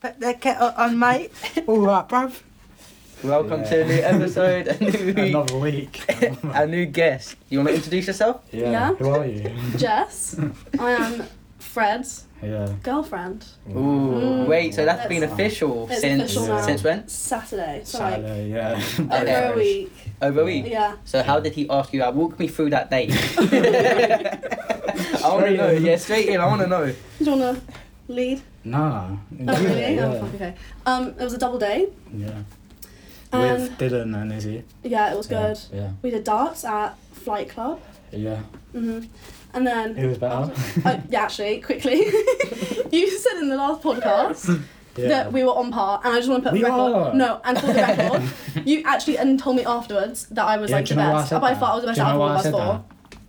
Put the kettle on, mate. All right, bruv. Welcome Yeah. to a new episode, a new, Another week. a new guest. You want to introduce yourself? Yeah. Yeah. Who are you? Jess. I am Fred's Yeah. girlfriend. Mm. Ooh, wait. So that's been That's- official It's since official now. since when? Saturday. So like Saturday, yeah. over Okay. a week. Over a week. Yeah. So how did he ask you out? Walk me through that date. I want to Straight know. in. Yeah, straight in. I want to know. Do you wanna lead? Nah. Oh Yeah, really? Yeah. Oh fuck, okay. Um it was a double day Yeah. and With Dylan and Izzy. yeah, it was Um, good. Yeah. We did darts at Flight Club. Yeah. hmm And yeah. then It was better. oh yeah, actually, quickly. you said in the last podcast Yeah. that we were on par and I just wanna put We the record are. No, and for the record, you actually and told me afterwards that I was Yeah, like do the you know why I best. said by that? far I was the best Do you out know of all why of I us said Oh. four. that?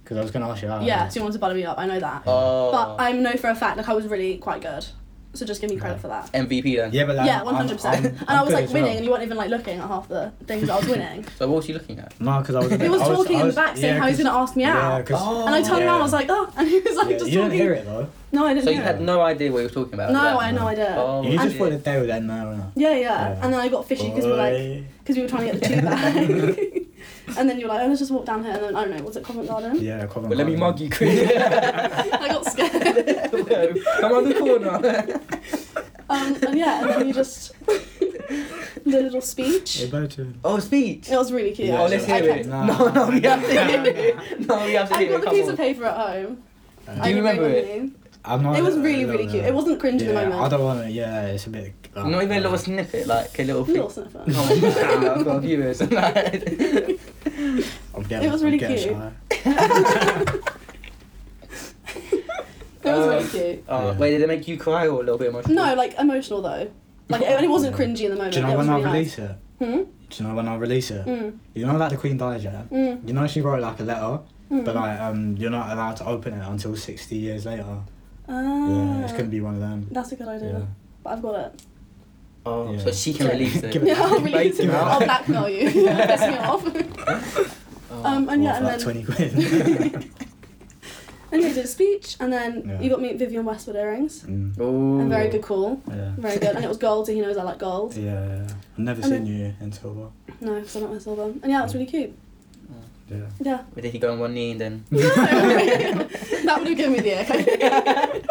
Because I was going to ask you out. Yeah, so you wanted to butter me up, I know that. Oh. But I know for a fact, like, I was really quite good. So just give me credit for that. MVP then. Yeah, but like, yeah, I'm- 100%. I'm- and I'm I was good like as winning, well. and you weren't even like looking at half the things I was winning. So what was he looking at? No, because I was. a he bit- was I talking I in the was- back saying yeah, how he's 'cause- going to ask me yeah, out. 'cause- Oh. and I turned around, I was yeah. like, oh, and he was like, yeah, just you talking. didn't hear it though. No, I didn't So you hear had it. no idea what he was talking about. No, was I that- had no idea. Oh, You just shit. put it there then, now. yeah, yeah, Yeah. And then I got fishy because we were like, because we were trying to get the two back. and then you were like, oh, let's just walk down here. And then, I don't know, was it Covent Garden? Yeah, Covent But let me Garden. mug you, Chris. I got scared. Come on the corner. Um, and yeah, and then you just did a little speech. Hey, Bertrand. Oh, speech. It was really cute. Yeah, oh, actually. let's hear I kept- it. Nah. No, no, we have to hear it. No, we have to I hear got it. the Come piece on. of paper at home. Do you I remember wrote my it? Oh, name. I'm not, It was I really, don't really cute. know. It wasn't cringe yeah, in the moment. I don't want to. Yeah, it's a bit. uh, like, Not even a little snippet, like a little. Little thing. sniffer. Come on, man, I've got viewers. Like, I'm getting- It was really I'm getting cute. shy. It was Uh, really cute. oh, Yeah. Wait, did it make you cry or a little bit emotional? No, like emotional though. Like it, it wasn't cringy in the moment. Do you know it was when I really release it? Nice. Do you know when I release it? Hmm. Mm. You know, like the Queen dies, yeah. Mm. You know, she wrote like a letter, Mm. but like um, you're not allowed to open it until 60 years later. ah, Yeah, it's gonna be one of them. That's a good idea. Yeah. But I've got it. Oh, Yeah. so she can Yeah. release it. Give it- Yeah, I'll Give it release to it. me. I'll blackmail you. Piss me off. Oh. Um, and yeah, What, and for, then like 20 quid. and yeah, you did a speech, and then Yeah. you got me Vivian Westwood earrings. Mm, Ooh. A very good call. yeah. Very good. And it was gold, so he knows I like gold. Yeah, yeah, yeah. I've never And seen then- you in silver. No, because I like my silver. And yeah, it was really cute. Yeah. Yeah. Did he go on one knee and then? No. that would have given me the ick. I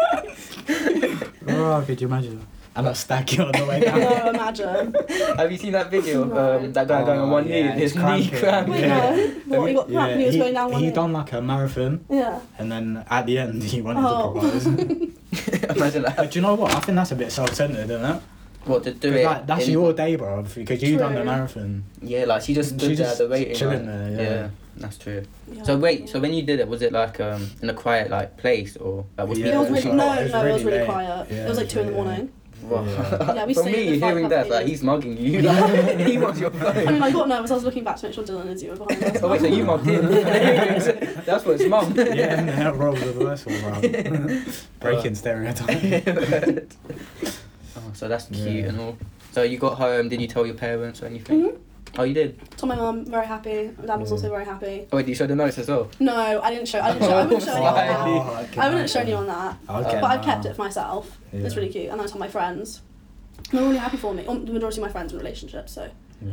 think. Oh, could you imagine? I'm not stacking on the way down. no, Oh, imagine. Have you seen that video? of No. Um, that guy going on Oh, one knee yeah, and his knee he's cramping. cramped. Wait, Yeah. no. What, he got cramped and he was he, going down one he knee? done like a marathon, Yeah. and then at the end he wanted Oh. to propose. Imagine that. but do you know what? I think that's a bit self-centered, isn't it? What to do 'Cause, it? like, that's in- your day, bro, because you done the True. marathon. Yeah, like she just She stood there just the waiting. chilling like- there, yeah. that's true. yeah. So wait, so when you did it, was it like um in a quiet like place or like was Yeah, It was people- really, it was no, really no, it was really late. quiet. Yeah, it was like two in the really morning. Wow. Yeah. Yeah, we For stayed in me, the fight hearing club that, like meeting. he's mugging you. Oh Like, he wants your I mean, phone. I got nervous. I was looking back to make sure Dylan and Izzy were behind us. Oh wait, so you mugged him? that's what it's mum. yeah, and that role reversal, bro. Breaking stereotypes. oh, so that's cute Yeah. and all. So you got home? Did you tell your parents or anything? Mhm. Oh, you did. Told my mum, very happy. My dad was also very happy. Oh, wait, did you show the notes as well? No, I didn't show. I didn't show. I wouldn't show anyone Finally. that. Oh, I wouldn't show anyone that. Okay. But I've kept it for myself. It's Yeah. really cute, and I tell my friends. And they're really happy for me. Um, The majority of my friends are in relationships, so Yeah.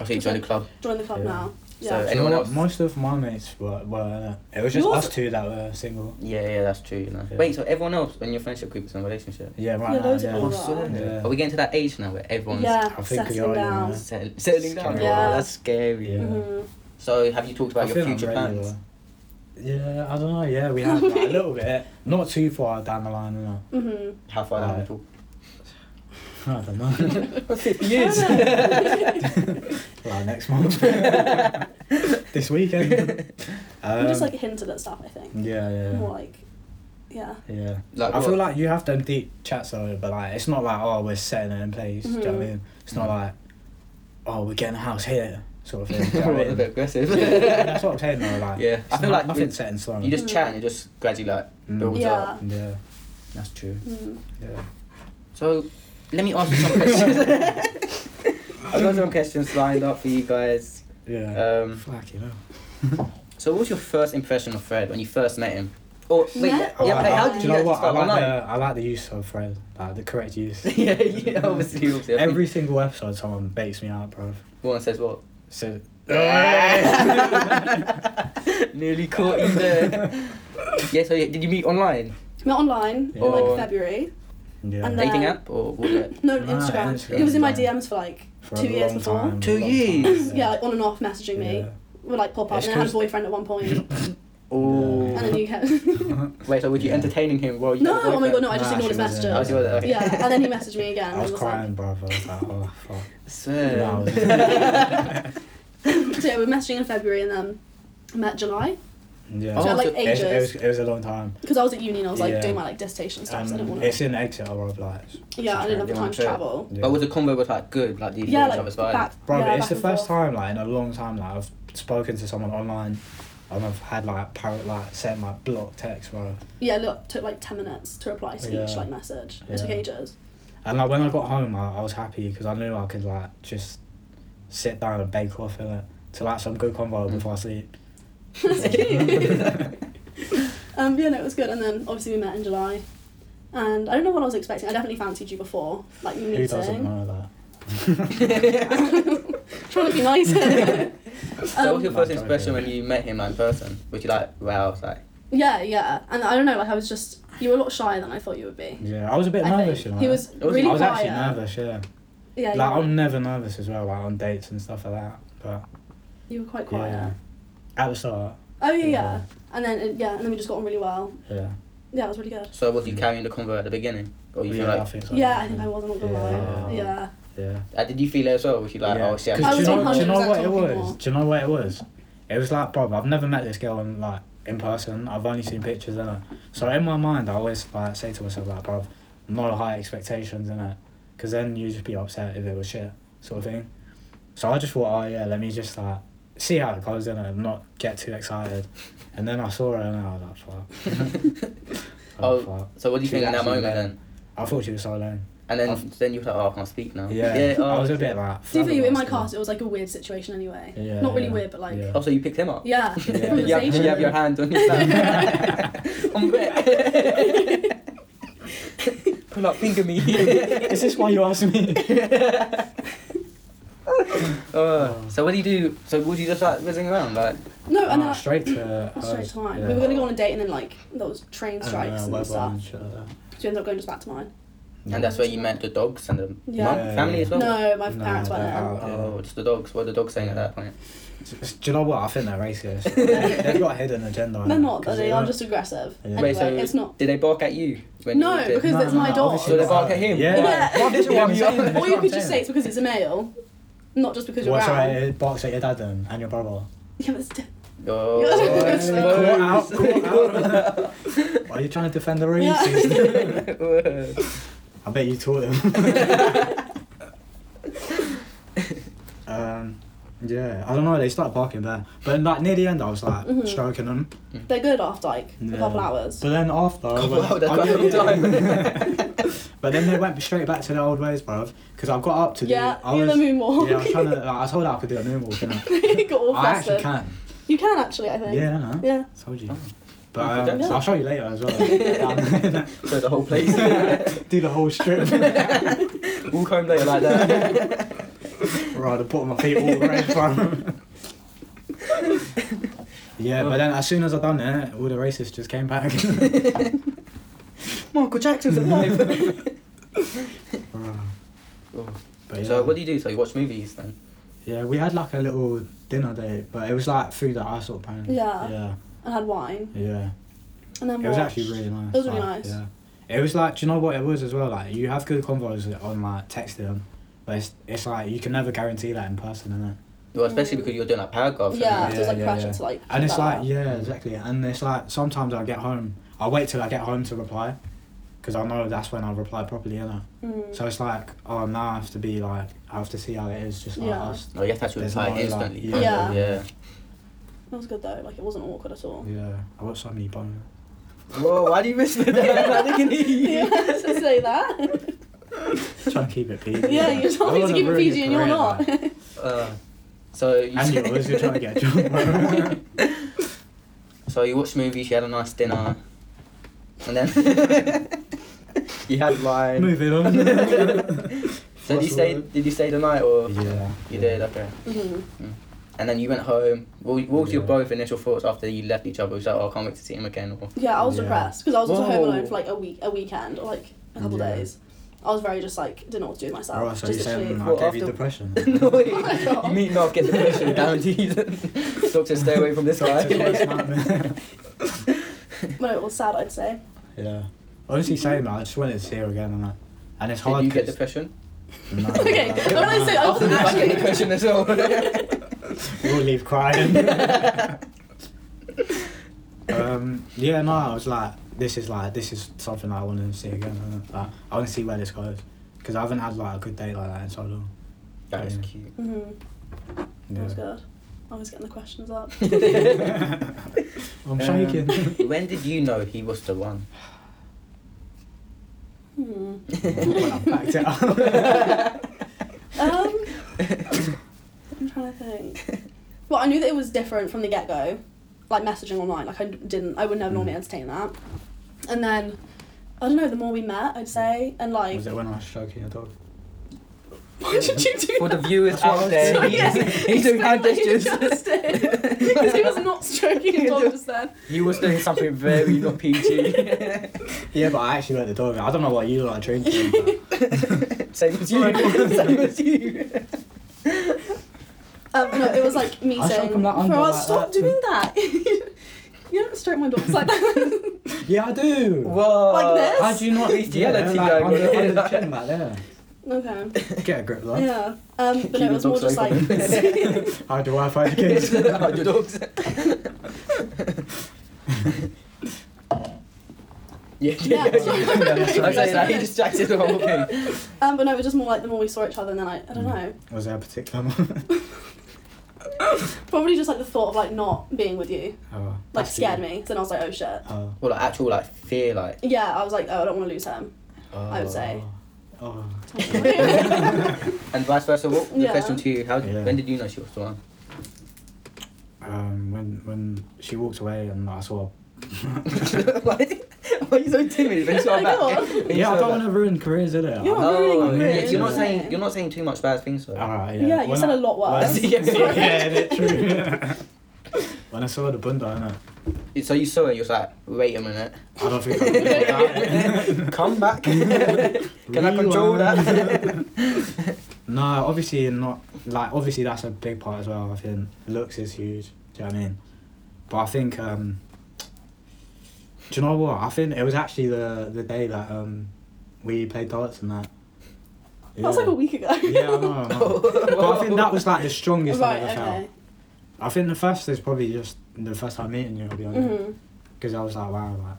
I think you joined the club. join the club Yeah. now. Yeah. So- Do you know Anyone what? else? Most of my mates were, were in it. It was just Yours- us two that were single. Yeah, yeah, that's true. You know. Yeah. Wait, so everyone else in your friendship group is in a relationship? Yeah, right Yeah, now. loads of yeah. people Oh, so Yeah. Are we getting to that age now where everyone's yeah, I think settling you're- down. yeah. sett- settling down? Scary. Yeah, Yeah. that's scary. Yeah. Mhm. So have you talked about I your feel I'm future ready, plans? though. Yeah, I don't know. Yeah, we have like, a little bit. Not too far down the line, you know. Mhm. How far down Right. we talk? I don't know. Fifty mm-hmm. I don't know. like next month. this weekend. I'm just Um, like hinted at stuff. I think Yeah, yeah. more like, yeah. Yeah. Like I what? feel like you have them deep chats though, but like it's not like oh we're setting it in place. Do you know what I Mhm. mean? It's not like oh we're getting a house here sort of thing. do you know We're what I a mean? bit aggressive. That's what I'm saying though. Like Yeah, it's I feel not- like nothing you- set in stone. you just Mm. chat and it just gradually like Mm. builds Yeah. up. yeah That's true. Mm. yeah. So let me ask you some questions. I've got some questions lined up for you guys. Yeah. Um, Fuck you know. so what was your first impression of Fred when you first met him? Or wait, Yeah. yeah, I yeah, like but how that. do Oh, Do you did you you know actually what? I start like online? the I like the use of phrase, like the correct use. yeah, yeah, obviously, obviously. Every single episode, someone baits me out, bro. One says what? So Nearly caught you there. yeah, so yeah, did you meet online? Met online Yeah. in Or- like February. yeah, And then- Dating app or what? was it? No, Nah, Instagram. Instagram, It was in my yeah. DMs for like for two a years long before. time, Two long time. years? yeah, like on and off messaging me. Would like pop up It's and then I had a 'cause- boyfriend at one point. Oh. and then you kept Wait, so were you Yeah. entertaining him while you? No, had a oh my boyfriend? god, no, I just Nah, ignored his she wasn't. messages. I was the other. Okay. Yeah, and then he messaged me again. and I was crying, like- bro. I was like, oh fuck. Swear. No, I was- so yeah, we were messaging in February and then met July Yeah. So, Oh, like, so- it, was, it, was, ages. it was a long time. because I was at uni and I was like Yeah. doing my like dissertation stuff, so I Um, didn't want it's to. in Exeter, bro. Like, Yeah, I didn't have the time to Yeah. travel. yeah. But was the combo was like good? Like, did you Yeah, feel each like other's vibe? back. Bro, yeah, it's back the and first forth. time like in a long time like I've spoken to someone online and I've had like par- like sent like block text, bro. Yeah, look, took like ten minutes to reply to Yeah. each like message. It took Yeah. ages. And like when I got home, I, I was happy because I knew I could like just sit down and bake off in it to like some good convo Mm. before I sleep. That's cute. um, yeah, no, it was good. And then obviously we met in July, and I don't know what I was expecting. I definitely fancied you before, like meeting. Who doesn't know that? Trying to be nice. here. so, what was your Um, first Like, impression okay. when you met him like, in person? Was you like, wow, it's like, yeah, yeah, and I don't know. Like I was just, you were a lot shyer than I thought you would be. Yeah, I was a bit I nervous, think. you know. He was I was really I was quiet. actually nervous, yeah. Yeah, you, like were, I'm never nervous as well, like on dates and stuff like that. But you were quite quiet. yeah, at the start, Oh yeah, yeah, Yeah. And then it- yeah, and then we just got on really well. yeah. Yeah, it was really good. so was you carrying the convo at the beginning? Or you Mm. yeah, feel like, I think so. Yeah, I think I was on the yeah. Yeah. yeah. Yeah. uh, did you feel it as well? Was you like, yeah. oh shit, 'Cause I do was you know, do you know 100% what it talking was? more. Do you know what it was? It was like, bro, I've never met this girl in like in person. I've only seen pictures of her. So in my mind, I always like say to myself, like, bro, no high expectations in it, because then you just be upset if it was shit, sort of thing. So I just thought, oh yeah, let me just like see how it goes in it, and not get too excited. And then I saw her and I was like, fuck. Oh. fuck. so what do you She think in that actually moment met- then? I thought she was so alone. And then, I've- then you were like, oh, I can't speak now. Yeah, oh, I was a bit like. To be fair, you were in my flabbergasted. class, it was like a weird situation anyway. Yeah, Not really yeah, weird, but like yeah. yeah. Oh, so you picked him up? Yeah. the you, have, conversation. you have your hand on your lap. I'm wet. Pull up, finger me. Is this why you asked me? uh, Oh, so what do you do? So would you just like whizzing around like? No, and then Ah, I- straight to. that's straight to mine. yeah. We were gonna go on a date and then like there was train Uh, strikes web and stuff. and shit like that. So we ended up going just back to mine. And that's where you met the dogs and the Yeah. mum, Yeah, family yeah. as well. No, my No, parents weren't they're there. out. Oh, just the dogs. What are the dogs saying at that point? Do you know what? I think they're racist. They've got a hidden agenda. They're not, though. 'cause They they are don't- just aggressive. Yeah. Anyway, Wait, so it's not. Did they bark at you? No, you did? because it's my dog. obviously So they not. bark at him? Yeah. Yeah. Well, this is what I'm saying, this is Or what you I'm could just say saying. it's because he's a male, not just because you're Well, sorry, brown. it barks at your dad then, and your brother. Yeah, but it's di- Oh, Yeah. it's Caught out, worse. caught out. Are you trying to defend the racist? I bet you taught him. um, yeah, I don't know. They started barking there, but like near the end, I was like Mm-hmm. Mhm. stroking them. they're good after like Yeah. a couple hours. But then after, I went- Wow, that's I quite a long went- time. But then they went straight back to their old ways, bruv. Because I got up to Yeah, do. I you was, the moonwalk. Yeah, I was trying to. Like, I told her I could do a moonwalk. You know? You got all I actually can. flustered. You can actually, I think. Yeah, I know. Yeah. Told you. Oh. But um, Yeah. I'll show you later as well. so the whole place. do the whole strip. Walk home later like that. right, the bottom of my feet all red, bruv. yeah, but then as soon as I done it, all the racists just came back. Michael Jackson's alive. Bruh. But yeah. So what do you do? So you watch movies then? Yeah, we had like a little dinner date, but it was like food that I sort of planned. Yeah. Yeah. And had wine. Yeah. And then It was watched. actually really nice. It was really like, nice. Yeah. It was like, do you know what it was as well? Like, you have good convos on like texting, but it's, it's like you can never guarantee that in person, innit? Well, especially because you're doing like paragraphs. and Yeah, that. so it was like yeah, pressure yeah. to like. And keep it's that like, up. yeah, exactly. And it's like sometimes I get home, I wait till I get home to reply, because I know that's when I reply properly, innit? Mm. So it's like, oh, now I have to be like, I have to see how it is, just like Yeah. us. No, Oh, you have to actually There's reply no, like, instantly. yeah. Yeah. yeah. It was good though. Like it wasn't awkward at all. Yeah, I got so many bonus. Whoa, why do you whisper that? I didn't hear you. Yeah, so say that. Trying to keep it PG. yeah, you're I trying to wanna keep ruin it your PG and you're career, not. like. Uh, so you And yours, you're trying to get a job. so you watched movies, you had a nice dinner. and then you had wine. Moving on. So did you stay? Did you stay the night or yeah. you did? Okay. hmm And then you went home. What, was- what was your Yeah. both initial thoughts after you left each other? Was like, oh, I can't wait to see him again. Or Yeah, I was Yeah. depressed because I was also home Whoa. alone for like a week, a weekend, or like a couple Yeah. days. I was very just like didn't know what to do with myself. Alright, so you just saying literally- I Well, gave you after- depression? no, way. Oh my God. you meet not get depression, guaranteed. Doctor, stay away from this guy. Doctor, it's not me. when it was sad, I'd say. yeah. Honestly, saying that, I just wanted to see her again, and that. And it's Did hard. you get 'cause- depression? No, Okay, no, when I say I After wasn't that, I get actually. depression as well. We'll leave crying. um, yeah, no, I was like, this is like, this is something I want to see again. innit? Like, I want to see where this goes because I haven't had like a good day like that in so long. that is Yeah. cute. Mm-hmm. That was Yeah. good. I was getting the questions up. I'm Um, shaking. when did you know he was the one? Hmm. When I backed it up. Um, I'm trying to think. Well, I knew that it was different from the get go, like messaging online. Like I didn't, I would never normally Mm. entertain that. And then, I don't know. The more we met, I'd say, and like, was it when I was stroking your dog? why did you do For the that? viewers Oh, out there, Sorry, he's, yes, he's doing hand gestures. because he was not stroking dogs then. He was doing something very not PG. Yeah, but I actually let the dog. out. I don't know what you like drinking. but- Same as you. Same as you. Um, no, it was like me I shall saying, come back under "Bro, like that." stop doing that. you don't stroke my dogs like that." yeah, I do. Whoa. Like this? How do you not? Reality yeah, like, guy under, going under the on. chin back there. okay. Get a grip, love. Yeah. Um, but Keep no, it your was more dogs just like. open. How do I find the kids? Hide your dogs. yeah, yeah, yeah. Yeah, sorry. I'm saying that he distracted the whole thing. um, but no, it was just more like the more we saw each other, and then I, I don't Mm. know. Was there a particular moment? Probably just like the thought of like not being with you, Oh, like that's scared you. me. 'Cause Then I was like, oh shit. Oh. Well, like actual like fear, like. Yeah, I was like, oh, I don't want to lose him. I would say. Oh. And vice versa. What the Yeah. question to you? How? Yeah. When did you know she was the one? Um, when when she walked away and I saw. why, why are you so timid? When you saw her Go back. on. When you yeah, saw I her back. don't want to ruin careers, did it? You're All not ruining Oh, yeah, careers. you're not Yeah. saying you're not saying too much bad things though. Ah, right, Yeah, you When said I- a lot worse. when- Yeah. Sorry. yeah, literally. when I saw the bunda, innit? So you saw her, you was like, wait a minute, I don't think I'm that. come back. Can I control that? No, obviously not. Like, obviously that's a big part as well. I think looks is huge. Do you know what I mean? But I think, um, do you know what? I think it was actually the the day that um, we played darts and that. That was like a week ago. Yeah, I know. I know. but I think that was like the strongest right. I've ever Okay. felt. I think the first is probably just the first time meeting you. I'll be honest, Mhm. because I was like, wow, like,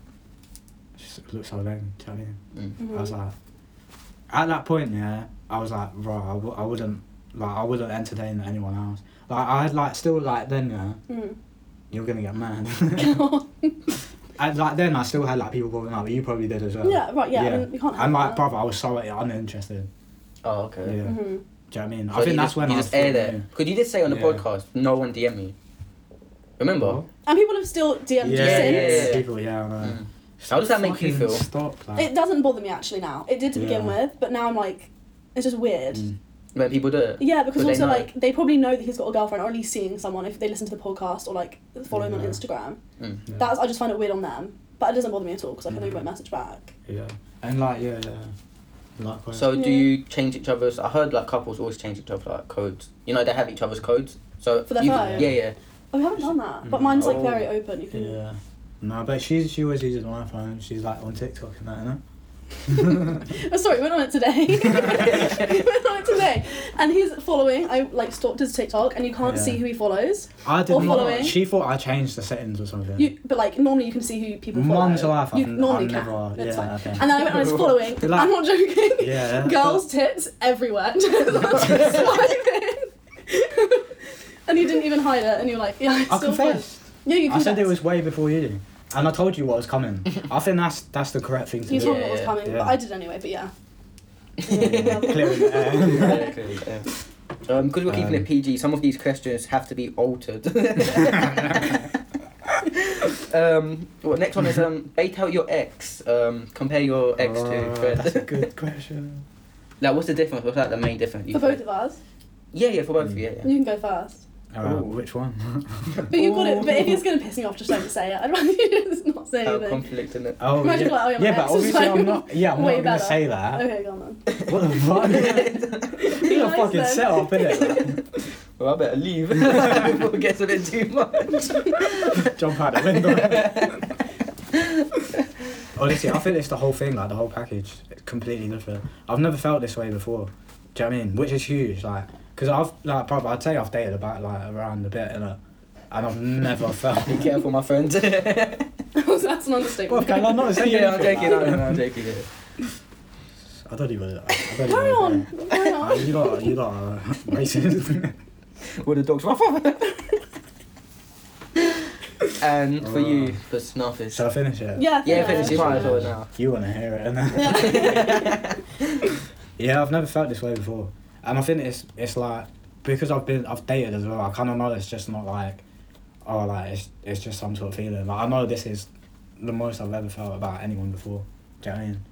just looks so lame. Do you know what I mean? Mm. Mhm. I was like, at that point, yeah, I was like, bro, I, w- I wouldn't, like, I wouldn't entertain anyone else. Like, I had, like, still, like, then, yeah, Mhm. you're gonna get mad. God. and, like, then I still had, like, people calling out, but you probably did as well. yeah. Right. Yeah. Yeah. I mean, you can't. And, like, help brother, I was so like, uninterested. Oh, Yeah. okay. Do you know Mhm. what I mean? So I think you that's just, when you I just was air feeling- that. Could you did say on the Yeah. Oh. podcast, no one DM me. Remember? And people have still DM'd you Yeah, yeah, since. yeah, Yeah. people, yeah, I know. Mm. How does that make you Fucking feel? Stop, like, It doesn't bother me actually now. It did to begin Yeah. with, but now I'm like, it's just weird. mm. When people do it. Yeah, because But they also know. like they probably know that he's got a girlfriend, or at least seeing someone if they listen to the podcast or like follow him on Yeah. Instagram. Mm. Yeah. That's I just find it weird on them, but it doesn't bother me at all because I can Mhm. leave my message back. yeah. And, like, yeah, yeah. Likewise. So do Yeah. you change each other's? I heard like couples always change each other's like codes. You know they have each other's codes. So For their you- phone? Yeah, yeah. Oh, we haven't done that, but Mm. mine's like Oh. very open. You can. Yeah. No, but she's she always uses my phone. She's like on TikTok and that, innit? Oh, sorry, we went on it today. we went on it today, and he's following. I like stalked his TikTok, and you can't Yeah. see who he follows. I did Or not. following. She thought I changed the settings or something. You, but like normally you can see who people follow. Mum's life, You I've n- normally I've can. never- It's yeah, fine. okay. And then I went on his following. You're like- I'm not joking. yeah. Girls' tits everywhere. Swiping. and you didn't even hide it, and you were like, yeah, it's I still confessed. fine. Yeah, you I confessed. said it was way before you, and I told you what was coming. I think that's that's the correct thing to You do. told me Yeah, what was yeah, coming, yeah. but I did anyway. But yeah. Yeah, clear in the air. Because we're keeping Um, it PG, some of these questions have to be altered. um, well, next one is um, bait out your ex. Um, compare your ex to Oh, Fred. That's a good question. like, what's the difference? What's like the main difference? you For think? both of us. Yeah, yeah, for both of you. Yeah, yeah. You can go first. Uh, Ooh. which one? But you've got it. But if Oh. Ooh. it's going to piss me off, just don't say it. I'd rather you just not say How anything. conflict in it. oh, Imagine yeah, like, oh, yeah, my yeah but ex was obviously like- I'm not. Yeah, I'm not way gonna better. say that. Okay, go on then. What the fuck? Be You're a nice fucking then. set up, innit? well, I better leave before it gets a bit too much. Jump out the window. Honestly, I think it's the whole thing, like the whole package, it's completely different. I've never felt this way before. Do you know what I mean? Which is huge, like, because I've like probably I'd say I've dated about like around a bit, innit? and I've never felt. Be careful, my friends. That's an Well, understatement. can I not say yeah, I'm anything? joking. No, no, no, I'm joking. Yeah. I don't even. I don't Carry even on. care. Carry Uh, on. you lot, you lot are racist. Would the dogs ruff And for you, Right. for snuff is. Shall I finish it? Yeah. I think Yeah, I finish. am. You might as well Yeah. now. You want to hear it, innit? Yeah, I've never felt this way before, and I think it's it's like because I've been I've dated as well. I kind of know it's just not like, oh, like it's it's just some sort of feeling. Like I know this is the most I've ever felt about anyone before. Do you know what I mean?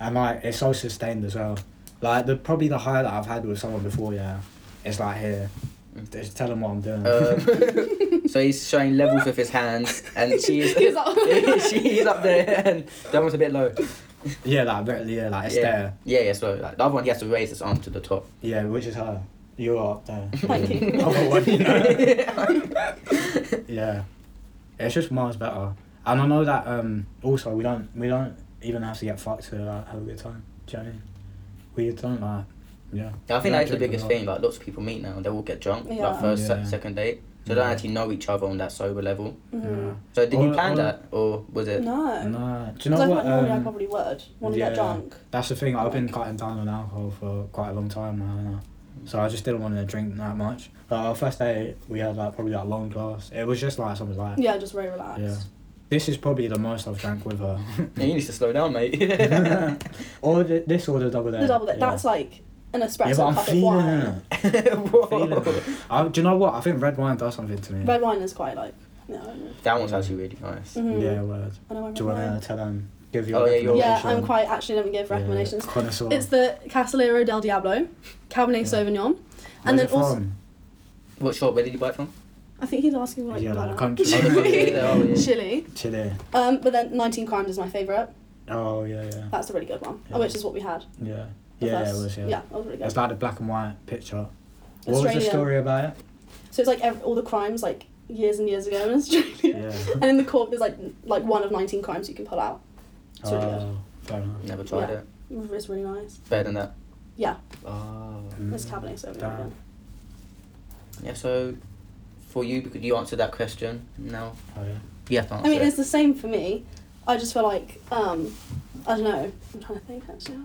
And like it's so sustained as well. Like the probably the high that I've had with someone before, yeah, it's like here, just tell them what I'm doing. Um, so he's showing levels with his hands, and she He's is up. she's up there, and that one's a bit low. yeah, like but- yeah, like it's yeah. there. Yeah, yeah. So like, the other one, he has to raise his arm to the top. Yeah, which is her. You're up there. Thank you. Other uh, one, you know? yeah, it's just miles better. And I know that um, also we don't we don't even have to get fucked to like, have a good time. Do you know what I mean? We don't like yeah. I We think don't that's the drink a biggest lot. thing. Like lots of people meet now, and they all get drunk. Yeah. Like first, se- Yeah. second date, so they don't Yeah. actually know each other on that sober level. Mhm. So did you Or- plan or- that, or was No. it? Yeah. Nah. Do you Because know I what? thought normally I um, probably would want to yeah. get drunk. That's the thing. I've been cutting down on alcohol for quite a long time now, you know. so I just didn't want to drink that much. Like our first day, we had like probably like one glass. It was just like something like Yeah, just very relaxed. Yeah. this is probably the most I've drank with her. Yeah, you need to slow down, mate. or the, this or the double day. The double that yeah. that's like an yeah, espresso but I'm cup of feeling wine. it. Whoa. Feeling. I, do you know what? I think red wine does something to me. Red wine is quite like no. I don't know. That one's actually really nice. Mhm. Yeah, word. I know I'm Do you red want wine. to tell them? Give your Oh, yeah, you're- Yeah, recommendation? I'm quite actually let me give Yeah, recommendations. Connoisseur. It's the Casalero del Diablo, Cabernet Yeah. Sauvignon, Where's and then it also from? What shop? Where did you buy it from? I think he's asking like, yeah, like the uh, country. Oh, the country, yeah, oh, yeah. Chile. Chile. Um, but then 19 Crimes is my favourite. Oh yeah, yeah, That's a really good one, Yeah. which is what we had. yeah, with yeah. It us. was yeah. yeah, that was really good. It's like the black and white picture. What was the Australia. story about it? So it's like ev all the crimes like years and years ago in Australia. Yeah. And in the court, there's like n- like one of 19 crimes you can pull out. It's really good. Oh, fair enough. Never tried Yeah. it. It's really nice. Better than that. Yeah, Oh. Mm-hmm. it's Cabernet Sauvignon. Damn. yeah. Yeah. So, for you, because you answered that question, now Oh, yeah. you have to answer. I mean, it. it's the same for me. I just feel like um, I don't know. I'm trying to think actually.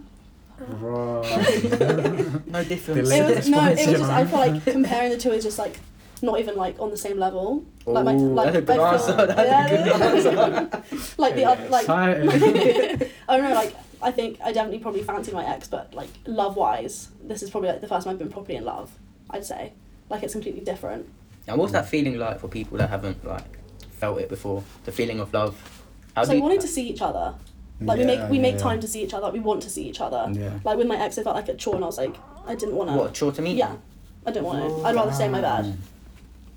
Right. no difference. It Later was, no, it was response, just yeah. I feel like comparing the two is just like not even like on the same level. Like my, Ooh, like that's a good I answer. feel- That's a good Yeah. answer. like the other like Exciting. I don't know, like I think I definitely probably fancied my ex, but like love wise, this is probably like the first time I've been properly in love. I'd say, like it's completely different. and what's that feeling like for people that haven't like felt it before? The feeling of love. How so do we you- wanted to see each other. Like we Yeah, make we make yeah. time to see each other. We want to see each other. Yeah. Like with my ex, I felt like a chore, and I was like, I didn't want to. What chore to meet? Yeah, I don't want to. I'd rather stay in my bed. Damn.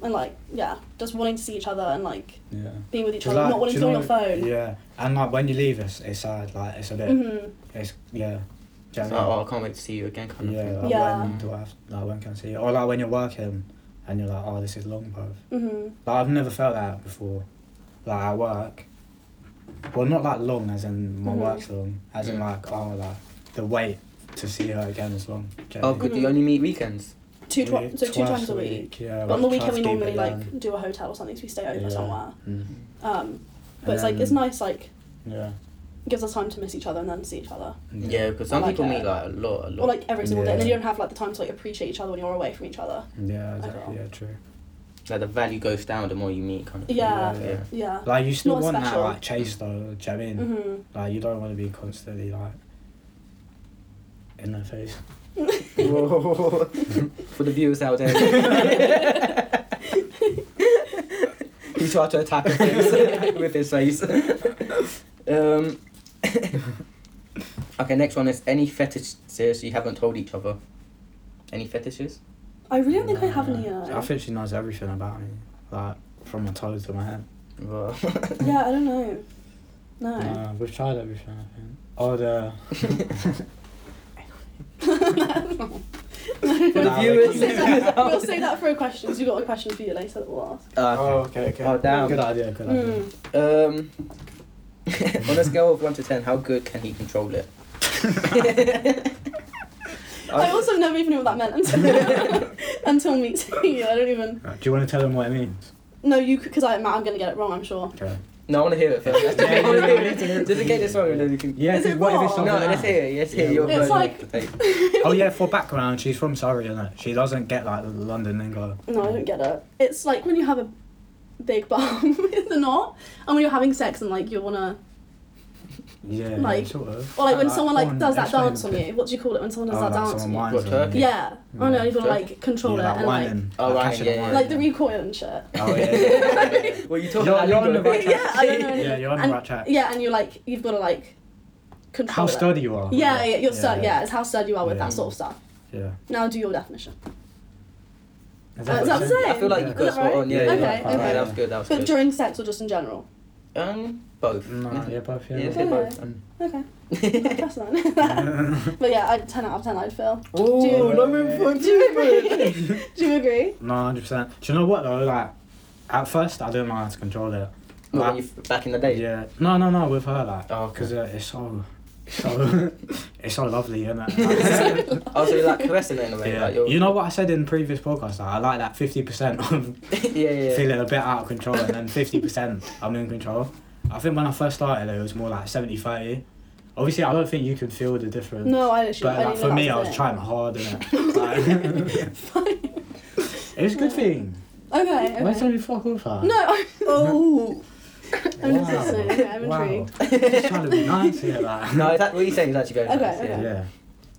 And like, yeah, just wanting to see each other and like Yeah. being with each Cause other, like, not wanting do to you be on know- your phone. Yeah, and like when you leave, it's it's sad. Like it's a bit. hmm It's yeah. Do you It's know like, what I mean? oh, I can't wait to see you again, kind of Yeah, thing. like Yeah. when do I have, like when can I see you? Or like when you're working and you're like, oh, this is long, bro. hmm Like I've never felt that before. Like at work. Well, not like long as in my Mhm. work's long, as in Mm. like oh, like the wait to see her again is long. Do you know Oh, what I good. mean? Mm-hmm. Do you only meet weekends? Two We- twi- so two twice times a week. Yeah. But on the like, weekend twice we deep normally again. like do a hotel or something, so we stay over Yeah. somewhere. Mm. Um, but And it's like it's then- nice, like Yeah. Mm, gives us time to miss each other and then see each other, Yeah, because I some like people it. meet like a lot, a lot. or like every single day. And then Yeah. you don't have like the time to like appreciate each other when you're away from each other. Yeah. don't Exactly. know. Uh, Yeah. True. Like, the value goes down the more you meet, kind of. thing. Yeah. Yeah. Yeah. Like you still Not want special. that like chase though. Do you know what I mean? hmm Like you don't want to be constantly like in their face. Whoa. For the viewers out there. he tried to attack us with his face. um, okay, next one is any fetishes you haven't told each other. Any fetishes? I really don't think I have any. I Uh, think she knows everything about me, like from my toes to my head. Well, yeah, I don't know. No. Uh, we've tried everything. I think. Oh, the For the Nah, viewers. we'll, save that, we'll save that for a question. 'cause You've got a question for you later that we'll ask. Uh, okay, okay. Oh, damn. Good idea. Good idea. Mm. Um, on a scale of 1 to 10, how good can he control it? Hmm. I also never even knew what that meant until, until meeting you. I don't even Right, do you want to tell them what it means? know you because I'm, I'm going to get it wrong, I'm sure. Okay. no, I want to hear it first. Yeah, I want yeah, to hear yeah, yeah, yeah. it. Does it get this wrong? and then you can- Yeah. Is 'cause it what if wrong? it's No, something let's else? hear it. Let's hear Yeah, your It's version like- of the tape. Oh yeah, for background, she's from Surrey, isn't it? She doesn't get like London lingo. No, I don't get it. It's like when you have a big bum with a knot, and when you're having sex and like you wanna, Yeah, Like- sort of. or like when Uh, someone go like on, does that explain dance a on bit. you. What do you call it when someone does Oh, that like dance on someone you? wine. whines What, on turkey? you. Yeah. Oh no, you've got to Jerking. like control Yeah, it like and like whining. Oh, like right, passionate yeah, yeah. whining. like the recoil and shit. Oh yeah. Well, you You're- talking about you're on lingo the right right yeah, I now. don't know. any- Yeah, you're on the and- right track. Yeah, and you're like you've got to like control How it. sturdy you are. Yeah, yeah, you're stud. Yeah, it's how stud you are with Yeah. that sort of stuff. Yeah. Now do your definition. Is Uh, what is you're that the saying? same? I feel like you Is got that spot right? on. Yeah, Okay, yeah. okay. Alright, That was good. That was But good. during sex or just in general? Um, both. No, yeah, both. Yeah. Yeah, say both. Okay, that's that. but yeah, I'd ten out of ten. I'd feel. Oh, Ooh, you- no room for Do you improvement. agree? do you agree? No, hundred percent. Do you know what though? Like, at first I didn't know how to control it. Well, Like, when you- Back in the day. yeah. No, no, no. With her, like, Oh, okay. because uh, it's so, so, it's so lovely, isn't it? Oh, so you're like caressing it in a way. yeah. Like you're, You know what I said in previous podcasts? Like, I like that fifty percent of yeah, yeah. feeling a bit out of control, and then fifty percent I'm in control. I think when I first started, it was more like 70-30. Obviously, I don't think you could feel the difference. No, I actually. But I like, didn't for know me, that I was it. trying hard, and it? Like, Fine. it was a good thing. Okay. okay. Why did you fuck off her? no. I- Oh. I'm just Wow. listening. Okay, I'm Wow. intrigued. Just trying to be nice here, like. No, that, what you're saying is actually very Okay, nice. okay. Yeah. Yeah.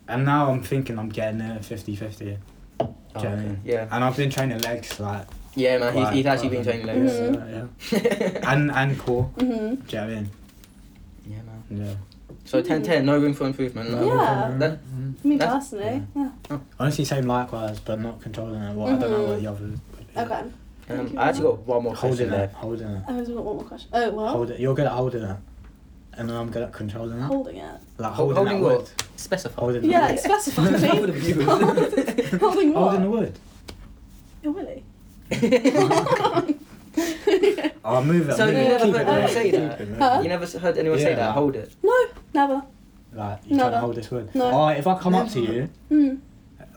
And now I'm thinking I'm getting it 50 50. Oh, Do you know what I okay. mean? Yeah. And I've been training legs like. Yeah, man, Uh, he's, quite- he's actually been quite- training legs. legs. Mhm. Yeah, yeah. And, and core. Mm-hmm. Do you know what I mean? Yeah, man. Yeah. So 10 10, no room for improvement. Yeah. No. That- Mm. Me That's- personally. Yeah. Honestly, same likewise, but not controlling it. Well, I don't know what the other. would be. Mm-hmm. Okay. Um, I actually got one more question Holding it. there. Holding it. Oh, we've got one more question. Oh, what? Hold it. You're good at holding it. And then I'm good at controlling it. Holding it. Like Hol- holding, holding that what? wood. Specify. Holding Yeah, the it's specify. me. For the viewers. Holding- Holding what? Holding the wood. Your willy. I'll Oh, move it. So move you it, never keep heard it, anyone move it, say keep that? it, move Huh? it. You never s- heard anyone say Yeah. that? Hold it. No, never. Like you No, can't no. hold this wood. No. Or if I come up to you, Hmm.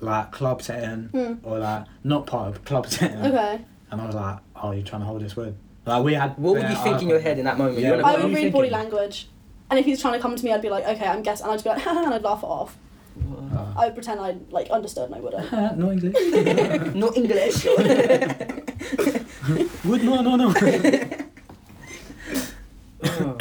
like club setting, Hmm. or like not pub, club setting, Okay. and I was like, "Oh, you're trying to hold this wood." Like we had. What would yeah, you think in I- your head in that moment? Yeah. You're like, I what would are read you body thinking? language. And if he was trying to come to me, I'd be like, okay, I'm guessing. And I'd be like, and I'd laugh it off. "What?" Uh, I would pretend I like understood and I wouldn't. no English. Oh. Not English. wood, no, no, no. Oh.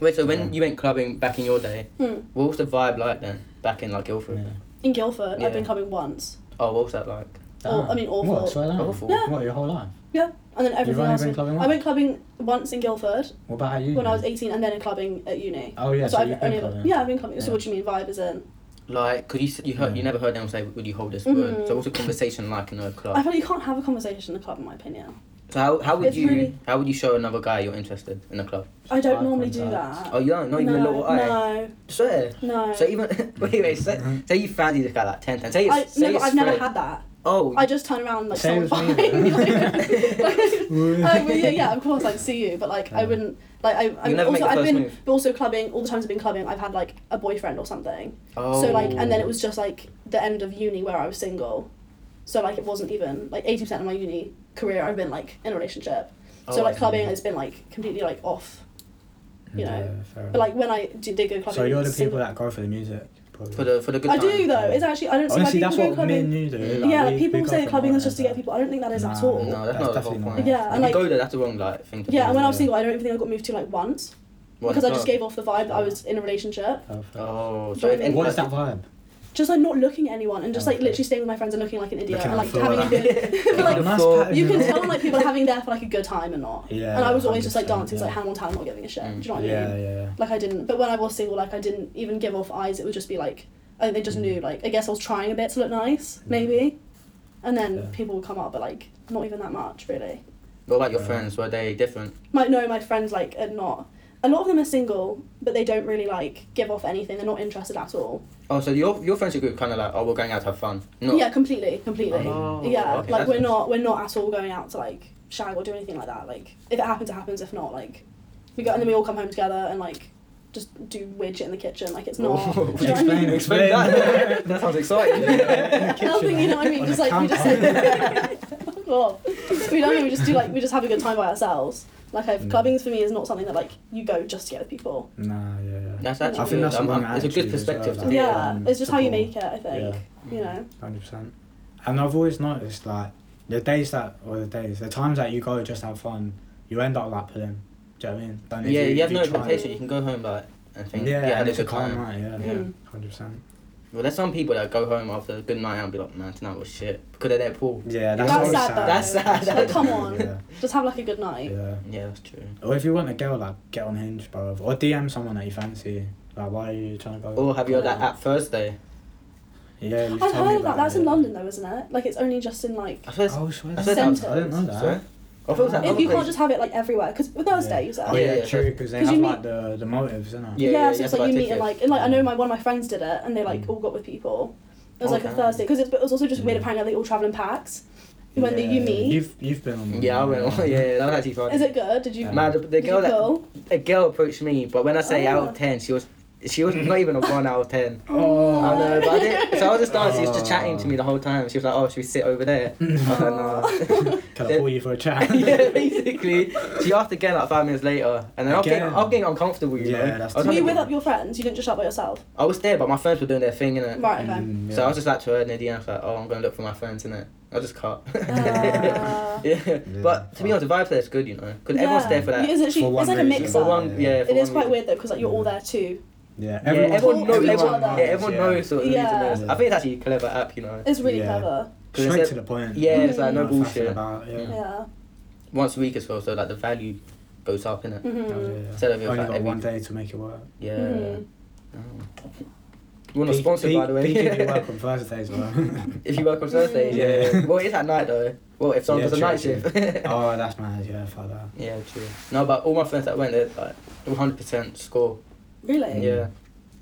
Wait, so when you went clubbing back in your day, Hmm. what was the vibe like then? Back in like Guildford? Yeah. In Guildford, I've been Yeah. coming once. Oh, what was that like? Or- I mean, Damn. awful. What? Swear down? Awful. Yeah. What your whole life? Yeah. And then everything only else. been was- clubbing once? I Mm-hmm. went clubbing once in Guildford What about at uni? when I was 18 and then in clubbing at uni. Oh yeah. So, I've you've been only- clubbing. yeah, I've been clubbing. So Yeah. what do you mean vibe is in? Like, because you said you heard, you never heard them say, "Would you hold this word?" Mhm. So, what's a conversation like in a I club? feel you can't have a conversation in a club, in my opinion. So, how, how would It's you really- how would you show another guy you're interested in a club? I don't Eye normally do contact. that. Oh, you don't, not even a Uh, no, little eye. no, Swear. no. So even wait, wait. Mm-hmm. Say, say you fancy this guy like ten times. Say it's, I, say never, it's I've never straight. had that. Oh, I just turn around and, like Same someone as behind me, me. though. like, well, Oh, yeah, yeah, of course I'd see you, but like I Yeah. wouldn't like I. I You never also, make the I've first been, move. But also clubbing. All the times I've been clubbing, I've had like a boyfriend or something. oh. So like, and then it was just like the end of uni where I was single. So like, it wasn't even like eighty percent of my uni career. I've been like in a relationship. So Oh, I like see. clubbing has been like completely like off. you know, Yeah, fair But like when I did, did go clubbing. so you're the people single- that go for the music. Probably. for the for the good. I time. do though. It's actually I don't see why Honestly, people that's go what clubbing. men do. though. yeah, we- people we go say for clubbing is more just to than get that. people. I don't think that is at Nah, all. No, that's, That's not the whole definitely not point. it. Yeah, If and, you like- go there. That's the wrong like thing to do. Yeah, and when I was Yeah. single, I don't even think I got moved to like once What, because I the just club? gave off the vibe that I was in a relationship. Perfect. Oh, Do so you if know What is anyone- that vibe? just like not looking at anyone and just like Okay. literally staying with my friends and looking like an idiot Looking and at like the having floor. a good A like nice Before- pattern, you can know? tell like people are having there for like a good time or not. Yeah, and I was always just like 100%, dancing to, like yeah. Hannah Montana not giving a shit. Do you know what I mean? Yeah, yeah, Like I didn't. But when I was single, like I didn't even give off eyes. It would just be like I think they just Mm. knew. Like I guess I was trying a bit to look nice, maybe. And then Yeah. people would come up, but like not even that much really. Well, like your Yeah. friends, were they different? My no, my friends like are not. A lot of them are single, but they don't really like give off anything. They're not interested at all. Oh, so your your friendship group kind of like, oh, we're going out to have fun. Not, Yeah, completely, completely. Oh, yeah, okay, like that's we're not we're not at all going out to like shag or do anything like that. Like if it happens, it happens. If not, like we go and then we all come home together and like just do weird shit in the kitchen. Like it's not. do you know what I Explain, mean? explain. Explain that. Oh. that sounds exciting. yeah. I think you know what I mean. Just like we just like, fuck off. We don't. We just do like we just have a good time by ourselves. Like I've Mm. clubbing for me is not something that like you go just to get with people. Nah, yeah, yeah. That's actually. I think good. that's the I'm- wrong I'm- it's a good attitude as well, perspective to like- be Yeah, um, it's just how you support. make it. I think you know. Hundred percent. And I've always noticed like the days that or the days, the times that you go just have fun, you end up like pulling. Do you know what I mean? Don't on. need Yeah, to- you have if no try. expectation. You can go home like and Yeah, think, yeah, I had and a it's a good calm time. night. Yeah, Mm. hundred percent. Well, there's some people that go home after a good night out and be like, man, tonight was shit because of their pool. Yeah, That's that's, always sad, though. That's sad. Like, come on. Yeah, Just have like a good night. yeah. Yeah, that's true. Or if you want a girl, like get on Hinge, bro, or DM someone that you fancy. Like, why are you trying to go? Or have you had that app Thursday? Yeah, you've I've told me heard about that. That's it. in London though, isn't it? Like it's only just in like. I suppose. Oh, swear. I to suppose God, Centres. I didn't know that. Sorry? I thought it was at If other If you can't places. just have it like everywhere, because Thursday you said. Oh, yeah, Yeah, true, because they 'Cause have you like meet- the, the motives, isn't it? Yeah, Yeah, yeah, so you it's have to like buy you meet and tickets. like and like I know my one of my friends did it and they Mm. like all got with people. It was like a Okay. Thursday because it, but it was also just weird Yeah. apparently they all travel in packs. When the- you meet- You've, you've been on one. Yeah, I went. Yeah, yeah, that was actually fun. Is it good? Did you? Yeah. Man, the, the did you girl that go? a girl approached me, but when I say Oh. out of ten, she was she was not even a one out of ten. Oh, I know, but I did, so I was just dancing. She was Oh. just chatting to me the whole time. She was like, "Oh, should we sit over there?" I was like, "Nah." Can I call you for a chat? yeah, basically. She asked again like five minutes later, and then I'm getting, Again? I'm getting uncomfortable. You Yeah, know? that's I was Were you like- with up your friends? You didn't just shout by yourself, I was there, but my friends were doing their thing, innit? right? Okay. Mm, yeah. So I was just like to her in the DM, I was like, "Oh, I'm gonna look for my friends, innit?" I just cut. Ah. yeah. but to be honest, the vibe there is good, you know, because everyone's there for that. It's, literally, For one it's like a reason. mix For up. one, yeah. for It is one quite reason. weird though because like you're all there too. yeah, Yeah, everyone, everyone knows Everyone everyone. knows, Yeah, everyone yeah. knows sort of needs Yeah. and knows. I think it's actually a clever app, you know. It's really Yeah. clever. 'Cause straight it's to a- the point. yeah, it's like no Not faffing bullshit. About, yeah. Yeah. Yeah. Once a week as well, so like the value goes up in it. Mhm. Oh, yeah. Instead of it was Only like got every- one day to make it work. Yeah. Mhm. Oh. We're not sponsored, P- by the way. P- PGD work on Thursdays, bro. if you work on Thursdays, Yeah. yeah. well, it's at night though. Well, if someone Yeah, does a true, night shift. oh, that's mad. Yeah, fuck that. yeah, true. No, but all my friends that went, they're like 100% score. Really. Yeah.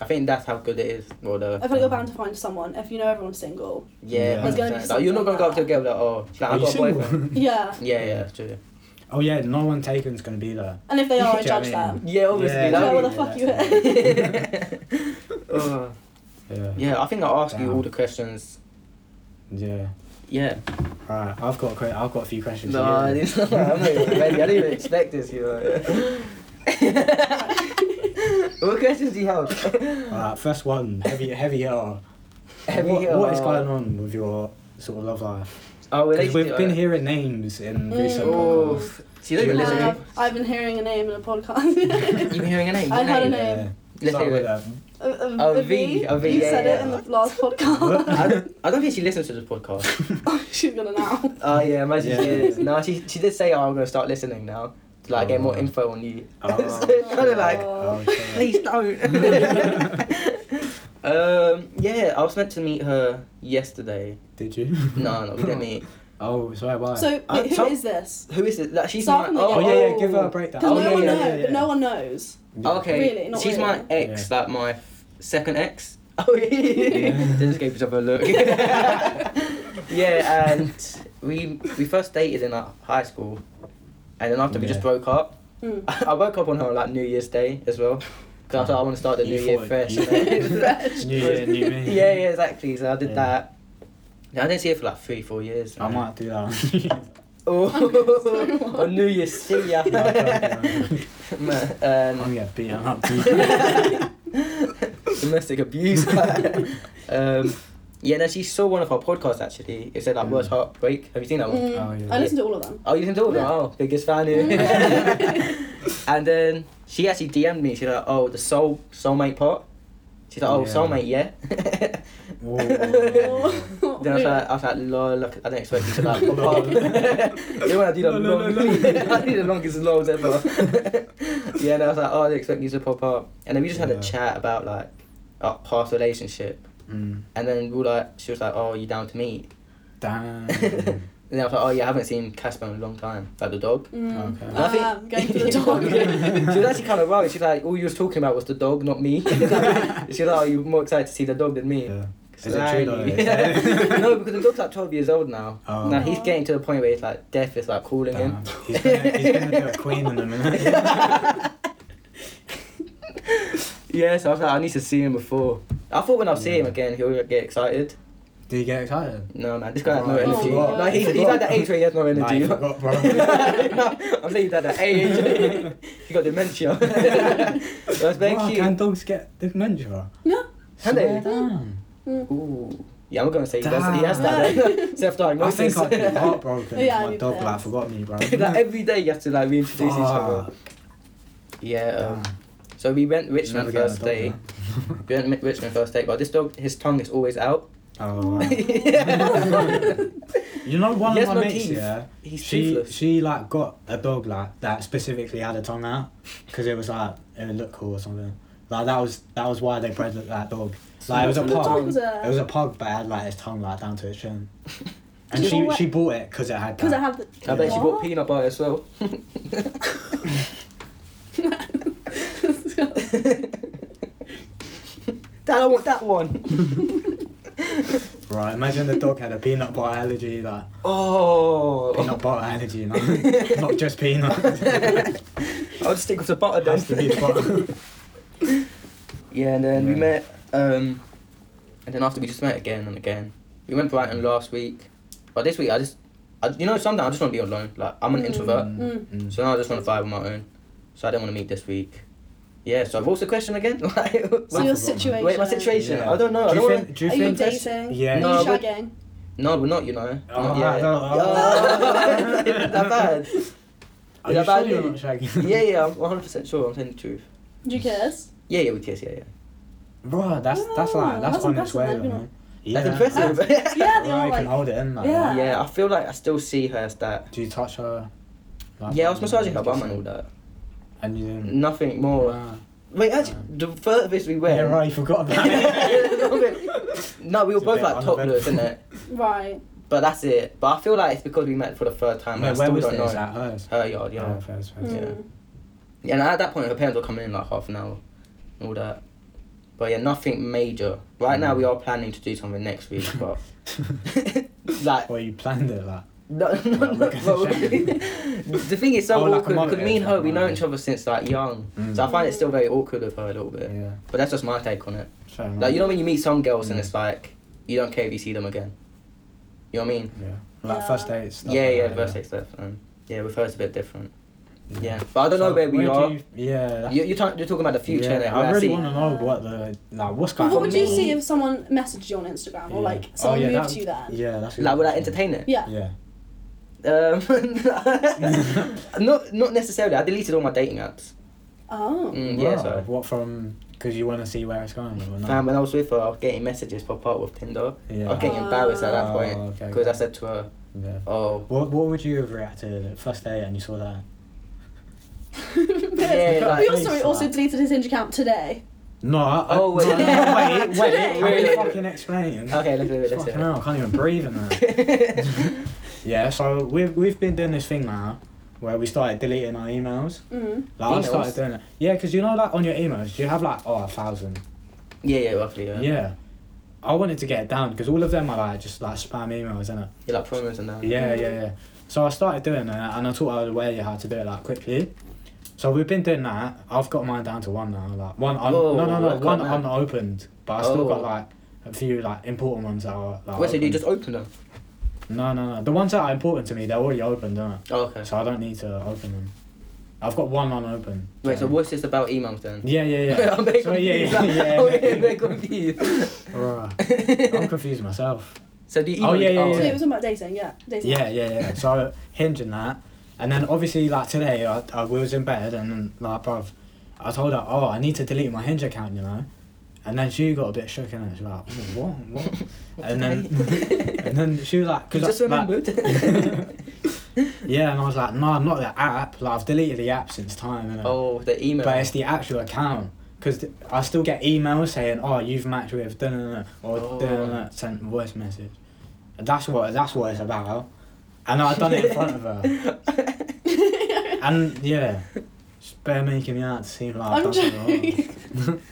I think that's how good it is. Well, the, I feel like you're bound to find someone if you know everyone's single. yeah, Yeah. There's gonna be 100%. Like, you're not gonna go up to a girl like, oh, like, Are I've you got a single? boyfriend. Yeah. yeah, yeah, that's true. Oh yeah, no one taken's gonna be there. And if they are, I Do you know judge what I mean? them. Yeah, obviously. Yeah, Like, that would what the yeah, fuck you? that's- Oh. Yeah. Yeah, I think I asked you Damn. all the questions. Yeah. Yeah. Alright, I've got a que- I've got a few questions. for No, you. it's not. I'm not even ready. I didn't even expect this, you know. what questions do you have? Alright, first one, heavy heavy hitter. Heavy what, hitter. What is going on with your sort of love life? Oh, Because relationship, we've been uh, hearing names in Mm. recent Oh, podcasts. she doesn't Julie. listen. I've, I've been hearing a name in a podcast. You've been hearing a name. I had a name. name. Yeah. Let's Start hear with it. that. A, a, Oh, a V, V. a V, You yeah, said yeah. it in the last podcast. I don't, I don't think she listens to this podcast. She's gonna now. Oh yeah, imagine she Yeah. is. No, she she did say, "Oh, I'm gonna start listening now to like get more Oh. info on you." Oh. so it's kind of like, Oh. Oh, okay. please don't. um, yeah, I was meant to meet her yesterday. Did you? No, no, we didn't meet. Oh, sorry, why? So, Uh, wait, who some- is this? Who is it? Like, she's Start my. from the oh get- yeah, yeah, give her a breakdown. Oh, Because no yeah, one yeah, knows. yeah, No one knows. Yeah. Okay. Really? Not She's my really? ex, Yeah. like my f- second ex. Oh yeah. just gave yourself a look. yeah, and we we first dated in like high school, and then after we just Yeah. broke up. Mm. I woke up on her like New Year's Day as well, because I thought I want to start the You new year thought- fresh. you- Fresh. New year, new me. Yeah, yeah, exactly. So I did Yeah. that. Yeah, I didn't see her for like three, four years. I might do that. Okay, Oh, so- on New Year's, see ya. I'm Man, um, gonna get beaten up. domestic abuse. um, yeah, no, she saw one of our podcasts actually. It said like Mm. worst heartbreak. Have you seen that one? Mm. Oh, yeah. I listened to all of them. Mm. Oh, you can do it. Yeah. Oh, biggest fan here. and then she actually DM'd me. She's like, "Oh, the soul soulmate part." She's like, "Oh, Yeah. soulmate, yeah." Ooh. Then I was like, I was like, lol, look, I didn't expect you to like pop up. you want to do the No, no, no, long, no. I did the longest lols ever. yeah, and I was like, oh, I didn't expect you to pop up. And then we just had Yeah. a chat about like our past relationship. Mm. And then we were like, she was like, oh, you down to meet? Damn. And then I was like, oh, yeah, I haven't seen Casper in a long time. Like the dog. Mm. Okay. I think- Ah, going for the dog. she was actually kind of right. She's like, all you was talking about was the dog, not me. She's like, she's like, oh, you're more excited to see the dog than me. Yeah. Is it Slightly. true though? Yeah. no, because the dog's like 12 years old now. Oh. Now he's getting to the point where it's like death is like calling him. Damn. He's gonna, he's gonna do a queen in a minute. Yeah, so I was like, I need to see him before. I thought when I see him Yeah. again, he'll get excited. Do you get excited? No, man, this guy has no Oh, energy. yeah. no, he's, he's at the age where he has no Nah, energy. you forgot, bro. No, I'm saying he's at that age. he got dementia. That's very Bruh, cute. Can dogs get dementia? No. Can they? Swear down. Mm. Ooh. Yeah, I'm gonna say he does. He has that self I diagnosis. think I'd be heartbroken Yeah, if my you'd dog be. like forgot me, bro. like every day you have to like reintroduce each other. Fuck. Yeah. Um, Damn. so we went Never Richmond get a first dog, day. man. We went Mi- Richmond first day, but this dog, his tongue is always out. Oh, wow. you know one Yes, of my no mates, teeth. yeah. He's she toothless. she like got a dog like that specifically had a tongue out because it was like it would look cool or something. Like that was that was why they bred that- that dog. Like it was a The pug. tongue's It a- was a pug, but it had like its tongue like down to its chin. And You know she what? she bought it because it had. Because I that. had the. I bet she What? bought peanut butter as well. Dad, I want that one. Right, imagine the dog had a peanut butter allergy, like Oh, peanut butter allergy, you know? not just peanut. it I'll just stick with the butter has to then. be butter. Yeah, and then we Yeah. met, um, and then after we just met again and again. We went Brighton last week, but this week I just, I, you know, sometimes I just want to be alone. Like I'm an Mm. introvert, Mm. Mm. so now I just want to vibe on my own. So I don't want to meet this week. Yeah. So what's the question again? Like, So I your forgot, man. situation. Wait, my situation. I don't know. I Do you don't think? wanna... Do you Are you think? dating? Yeah. Are No, you but- shagging? No, we're not. You know. Oh, Not yet. I don't- oh. Yeah. Is that bad? Are Yeah, you but I sure you're do. not shaking? Yeah, yeah. I'm 100 percent sure. I'm saying the truth. Do you kiss? Yeah, yeah. We kiss. Yeah, yeah. Bro, that's that's Oh, like that's, that's on its way. impressive, man. Yeah. That's impressive. Yeah, they Bro, are you can like. hold it in. Like, Yeah. yeah, I feel like I still see her as that. Do you touch her? Like, Yeah, I was massaging her bum and all that. And you didn't. Nothing more. Wow. Wait, actually, the furthest we went. yeah, right. You forgot about it. no, we were It's a both bit like topless, uneventful. isn't it? Right. But that's it. But I feel like it's because we met for the third time. and I Wait, where still don't was this? know. At hers. Her yard, yeah. Oh, first, first. Yeah. Mm. Yeah, and at that point, her parents were coming in like half an hour and all that. But yeah, nothing major. Right now, we Mm. are planning to do something next week, but. like, Well, you planned it, like. no, no, Well, no. we're gonna but- check. the thing is so Oh, like a awkward month because ago, me and her, like we a know month. each other since like young. Mm. So I find it still very awkward with her a little bit. yeah. But that's just my take on it. Fair enough. Like, you know, when you meet some girls and Mm. it's like, you don't care if you see them again. You know what I mean? Yeah. Like Yeah. first dates. stuff yeah, like yeah, that, Mm. verse sex stuff. Um, yeah, with her, it's a bit different. Yeah. But I don't know So where we do are. you- yeah. that's- You, you're, talk- you're talking about the future, yeah, innit? Where I really see- want to know what the like what's But going what on. would you see if someone messaged you on Instagram or Yeah. like someone Oh, yeah, moved that- you there? Yeah, that's. a Like, good would I question. entertain it? Yeah. Yeah. Um, not not necessarily. I deleted all my dating apps. Oh. Mm, yeah, Wow, so. What from? Because you want to see where it's going. Or not? Fam, when I was with her, I was getting messages pop up with Tinder. Yeah. I was getting Ah. embarrassed at that Oh, point okay, because I okay. said to her, Yeah. "Oh, What What would you have reacted at first day and you saw that? yeah, like, we also face we also that. deleted his Hinge account today. No. I, Oh, wait. no, no, wait, wait, wait, Today. wait, Wait. fucking explain. okay, let's do it, let's do Fucking it." hell, I can't even breathe in there. Yeah, so we've we've been doing this thing now where we started deleting our emails. Mm. Like I started Emails? doing it. Yeah, because you know, like on your emails, you have like oh a thousand. yeah, yeah, roughly, yeah. Yeah. I wanted to get it down because all of them are like just like spam emails, innit? You're like promos and that. Yeah, yeah, yeah. So I started doing that, and I taught her the way how to do it like quickly. So we've been doing that. I've got mine down to one now. Like one, un- Whoa, no, no, no, I've got one mine. unopened, but I still got Oh. like a few like important ones that are. Like, Wait, so do you opened. just open them? No, no, no. The ones that are important to me, they're already opened, aren't Oh, okay. they? So I don't need to open them. I've got one unopened. Wait, so Um, what's this about emails then? Yeah, yeah, yeah. I'm very so yeah, confused. yeah, yeah. I'm very confused. Right. I'm confused myself. So do you email? Oh, yeah, yeah, So yeah. it was about dating, yeah. Dating. Yeah, yeah, yeah. So hinging that, and then obviously like today, I, I was in bed and then, like bruv, I told her, oh, I need to delete my Hinge account, you know, And then she got a bit shook and she was like, "Oh, what? What? and then and then she was like, You because just remembered. yeah, and I was like, no, not the app. Like, I've deleted the app since time. innit?" oh, the email. But it's the actual account. Because I still get emails saying, oh, you've matched with da da or Oh. da sent voice message. And that's what that's what it's about. And I've done it in front of her. And yeah, just bear making me out to seem like I'm I've done something joking. wrong.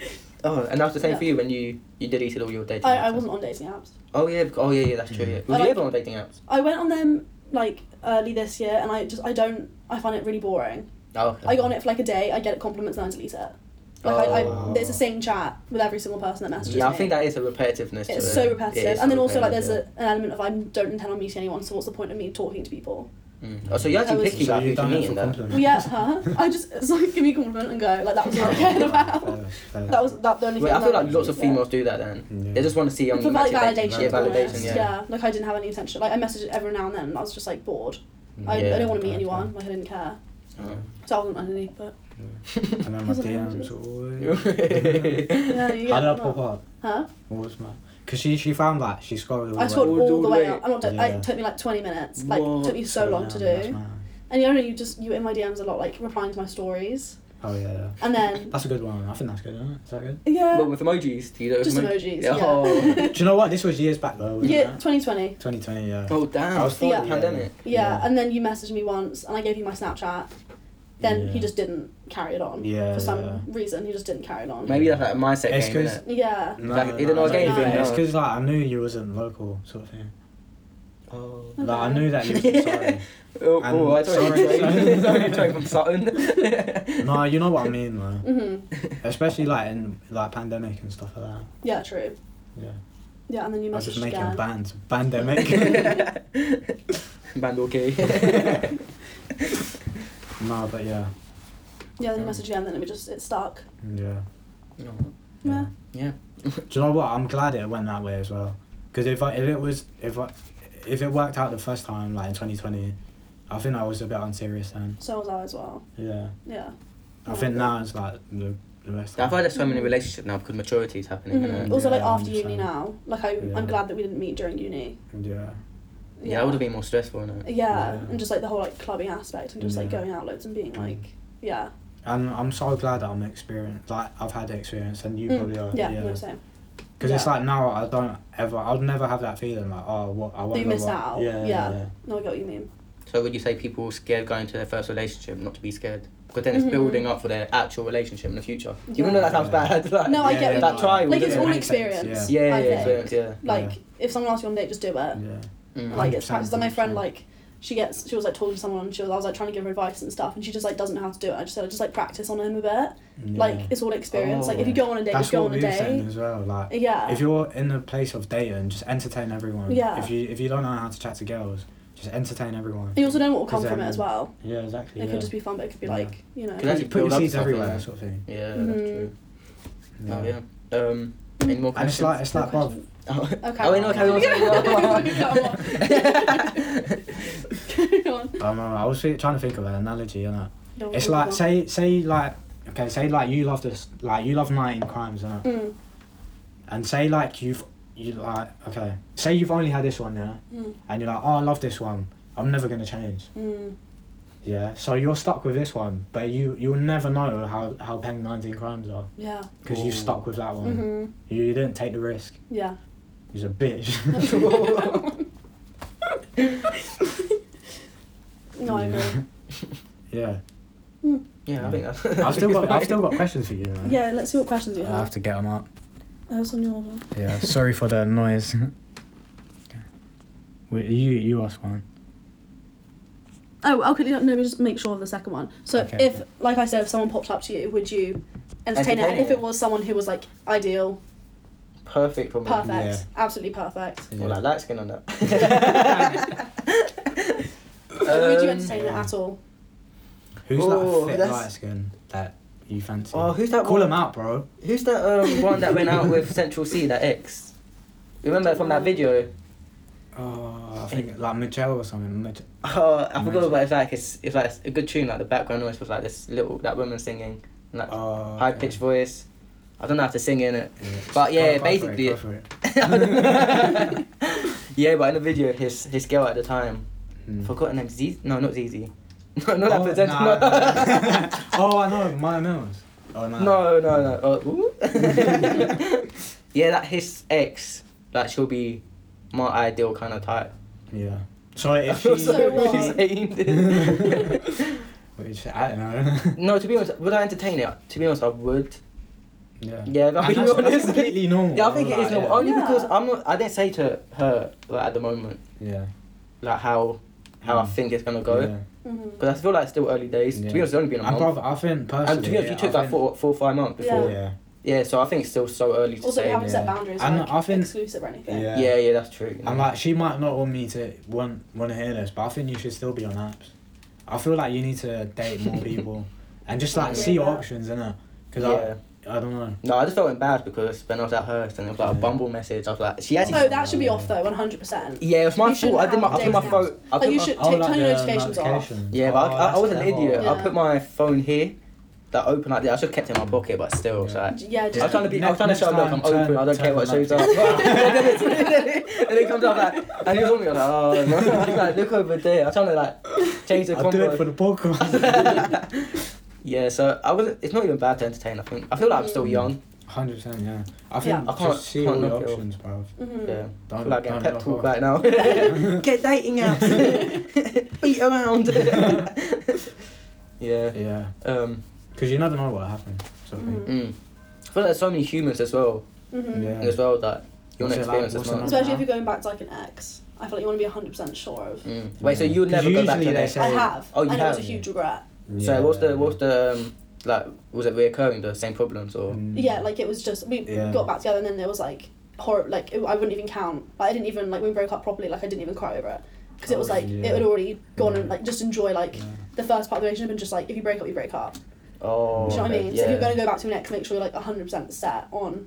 oh, and that was the same Yeah. for you when you, you deleted all your dating I, apps. I wasn't on dating apps. Oh, yeah. bec- Oh, yeah, yeah, that's true. Yeah. Was Mm. I you like- ever on dating apps? I went on them like early this year, and I just I don't I find it really boring. Oh, okay. I got on it for like a day. I get compliments and I delete it. Like Oh. I, I, it's the same chat with every single person that messages Yeah, I me. think that is a repetitiveness to it. it's so It repetitive, is and then so also like there's a, repetitive, an element of I don't intend on meeting anyone, so what's the point of me talking to people? yeah. Mm. Oh, so you're I actually was- picky So about who you've to done it meet for in that. compliment. Well, yeah, huh? I just it's like give me a compliment and go like that was all I cared about. Fair, fair. That was that the only. Wait, thing I feel that- like lots of yeah. females do that then. Yeah. They just want to see on For like validation, Yeah, almost. validation, Yeah. yeah. like I didn't have any intention. Like I messaged every now and then, and I was just like bored. I, Yeah, I don't want to meet okay. anyone. Like I didn't care, Oh. so I wasn't on any. But And then my Wasn't it? DMs always. How yeah, you get did I that. pop up? Huh? What was my? Because she she found that she scored. all the I way- scored All- all, all the the way way. up. I'm not. joking, Yeah. It took me like 20 minutes. Like What? took me so long to that's do. mad. And you know, you just you were in my DMs a lot, like replying to my stories, Oh yeah, yeah. and then That's a good one. I think that's good. Isn't it? Is that good? But yeah, with emojis, do you know just emoji- emojis. Yeah. Yeah, Oh. Do you know what? This was years back though. Wasn't yeah, It? 2020. 2020. Yeah. Oh, damn. I was Yeah. forty, Pandemic. Yeah, Yeah. and then you messaged me once, and I gave you my Snapchat. Then Yeah. he just didn't carry it on Yeah, for some yeah. reason. He just didn't carry it on. Maybe that's like a mindset It's game, 'cause- innit? Yeah. No, Like, no, it didn't no, like anything, It's no. because like I knew you wasn't local, sort of thing. Oh. Okay. Like I knew that you was sorry. Oh, And- oh, I don't sorry, sorry. know. from Sutton. no, you know what I mean though. Mhm. Especially like in like pandemic and stuff like that. Yeah, true. Yeah. Yeah, and then you I was just messaged making again. bands. Pandemic. Band okay. no, but yeah. Yeah, then you messaged again, then it was just it stuck. Yeah. No. Yeah. Yeah. Do you know what? I'm glad it went that way as well. Because if I if it was if I if it worked out the first time like in 2020, I think I was a bit unserious then. So was I as well. Yeah. Yeah. Oh, I think now it's like the the best. I've heard time. there's so many relationships now because maturity is happening. Mhm. innit? Also, like Yeah, I after uni understand. now, like I, Yeah. I'm glad that we didn't meet during uni. Yeah. Yeah, that would have been more stressful, innit? Yeah. Yeah. and just like the whole like clubbing aspect and just like Yeah. going out loads and being like, yeah, And I'm so glad that I'm experienced. Like I've had the experience, and you Mm, probably are. yeah, Yeah. no same. Because it's Yeah. like now I don't ever. I'll never have that feeling like oh what I want. you missed out. Yeah. Yeah. Yeah. yeah. No, I get what you mean. So would you say people are scared going into their first relationship not to be scared? Because then it's Mhm. building up for their actual relationship in the future. Yeah. Even though that sounds Yeah. bad. Like, No, I Yeah, get yeah, what That you trial. mean. Like yeah. it's yeah. all Makes sense, experience. Yeah, yeah, I yeah. think. experience, yeah. Like Yeah. if someone asks you on a date, just do it. Yeah. Mm. Like it's practice. Like my 100%, friend, yeah. like she gets, she was like talking to someone. And she was, I was like trying to give her advice and stuff, and she just like doesn't know how to do it. I just said, just like practice on him a bit. Like Yeah. it's all experience. Oh. like if you go on a date, That's just go what on a we were saying date. as well. Like Yeah. If you're in a place of dating, just entertain everyone. Yeah. If you if you don't know how to chat to girls, just entertain everyone. you also don't know what will come 'Cause, from it um, as well. Yeah, exactly. It yeah. could just be fun, but it could be Yeah. like you know. Could actually put your build up seeds stuff, everywhere, yeah. sort of thing. Yeah, that's Mhm. true. Oh, yeah. Um, any more And it's questions? like it's like well, Oh, Okay. oh wait, no, carry on. carry on. Go on. I don't know. I was thi- trying to think of an analogy, you know. No, It's we'll like move on. say say like okay, say like you love this like you love nineteen crimes, you know. Mm, And say like you've you like okay. Say you've only had this one, yeah, mm, and you're like, Oh I love this one. I'm never gonna change. mm. Yeah. So you're stuck with this one, but you you'll never know how, how paying nineteen crimes are. Yeah. Because Ooh. you've stuck with that one. Mm-hmm. You didn't take the risk. Yeah. He's a bitch. No, I agree. yeah. yeah, I think that's. I've still got I've still got questions for you. man. Yeah, let's see what questions I we have have. to get them up. Oh, it's on your one. Yeah. Sorry for the noise. Wait, you you ask one. Oh, okay. No, let me just make sure of the second one. So, Okay. if, like I said, if someone popped up to you, would you entertain it? Entertain And if it. it was someone who was like ideal, Perfect for me. perfect, Yeah. absolutely perfect, Or like light skin on that. would you Um, entertain it at all? Who's Oh, that fit that's- light skin that you fancy? Oh, who's that Call one? him out, bro. Who's that um, one that went out with Central C, that ex? Remember from that video? Oh, I think like Michelle or something. Mich- Oh, I forgot about it. It's like, it's, it's like a good tune, like the background noise was like this little, that woman singing, and that oh, high pitched voice. I don't know how to sing in it. But yeah, Go- go for it, basically- go for it. yeah, but in the video, his his girl at the time, Hmm. forgot her name. Ziz? No, not Zizi. No, not that Oh, presenter. nah, no. nah. oh, I know Maya Mills. Oh no. No, no, no. Uh, ooh. yeah, that his ex, like she'll be my ideal kind of type. Yeah. So if I feel she, So weird what? saying this. which I don't know. no, to be honest, would I entertain it? To be honest, I would. yeah. Yeah, no, And to be that's, that's honest. completely normal. Yeah, I think it like, is normal. yeah. Only Yeah. because I'm not. I didn't say to her like at the moment Yeah. like how how I Mm. think it's gonna go Yeah. Mm-hmm. because I feel like it's still early days. Yeah. To be honest, it's only been a And month. brother, I think personally. And to be honest, yeah, you took I like think- four, four or five months Yeah. before. Yeah. Yeah. so I think it's still so early to Also, say. you haven't set yeah. boundaries I'm- like, I think- exclusive or anything. Yeah. yeah, yeah, that's true. And like, she might not want me to want want to hear this, but I think you should still be on apps. I feel like you need to date more people, and just like see your Yeah. options, innit? yeah. Because I I don't know. No, I just felt embarrassed because when I was at hers and it was like a Yeah. Bumble message, I was like, she actually. No, that should be off though, one hundred percent. Yeah, it was my You shouldn't fault. I did my, have I put my dating phone. I Like, put you my, should Oh, take, like turn your the notifications off. notifications. Yeah, Oh, but I, I, I that's was an clever. idiot. I Yeah. put my phone here, that open like that. I should have kept it in my pocket, but still, it's Yeah. like. Yeah, I was just trying to be. I was trying to Next show like time, I'm turn- open. I don't care turn what them shows up. up. and it comes up like, and he was on me I was like, oh, no. He's like, look over there. I'm trying to like change the I'll do it for combo. the podcast. Yeah, so I was. It's not even bad to entertain. I think. I feel like I'm still young. Hundred percent, yeah. I Yeah. think I can't- just see can't all the knock it off. options, bruv. Mhm. Yeah. Don't, I feel like getting don't pep knock talk off. right now. Get dating apps. Beat around. yeah. Yeah, Um. because you never know what happened. Sort of thing. Mm. Mm. I feel like there's so many humans as well. Mhm. Yeah. As well that you want to What's it like- experience as what's it much. like? Especially if you're going back to like an ex, I feel like you want to be hundred percent sure of. Mm. Wait, so Yeah. you would 'Cause never go back to usually they that? say- I have. Oh, you and it was have? a huge regret. So what's the what's the um, like was it reoccurring the same problems or? Mm. Yeah, like it was just we Yeah. got back together and then there was like horror. Like it, I wouldn't even count. Like I didn't even like we broke up properly. Like I didn't even cry over it because it was Oh, like yeah. it had already gone and Yeah. like just enjoy like Yeah. the first part of the relationship and just like if you break up, you break up. Do Oh. you know what I okay, mean? Yeah. So if you're gonna go back to an ex, make sure you're like hundred percent set on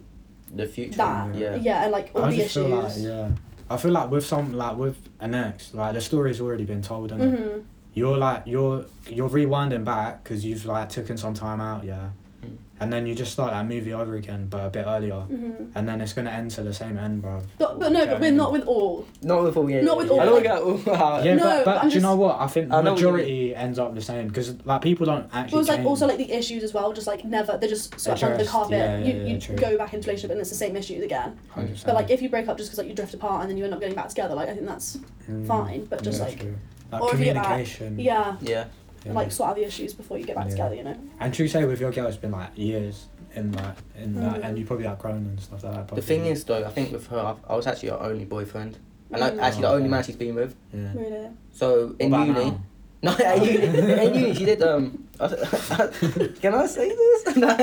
the future. that. Yeah. Yeah. and like all I the just issues. feel like yeah. I feel like with some like with an ex, like the story's already been told, and hmm you're like you're you're rewinding back because you've like taken some time out, yeah, Mm. and then you just start that movie over again, but a bit earlier, hmm and then it's gonna end to the same end, bro. But, but no, Yeah. but we're not with all. Not with all. Yeah. Not with yeah, yeah. I all, don't get all out. Yeah, No, but, but I'm do you know just- what? I think Uh, I the know what you mean. majority ends up the same because like people don't But actually. it was like change. also like the issues as well. Just like never, they're just swept under the Addressed, carpet. yeah, yeah, you yeah, you true. go back into a relationship and it's the same issues again. 100%. But like if you break up just because like you drift apart and then you end up getting back together, like I think that's Mm. fine. But just Yeah, like true. like or if you get back- communication. yeah, Yeah. yeah. like sort out the issues before you get back Yeah. together. You know. And true say with your girl, it's been like years in like in that, Mm. and you probably outgrown and stuff like that. The Probably. thing is though, I think with her, I, I was actually her only boyfriend, and like Mm. actually the Oh, only okay. man she's been with. yeah. Really. So in What about uni. now? No, at uni, at uni she did. Um, can I say this? no.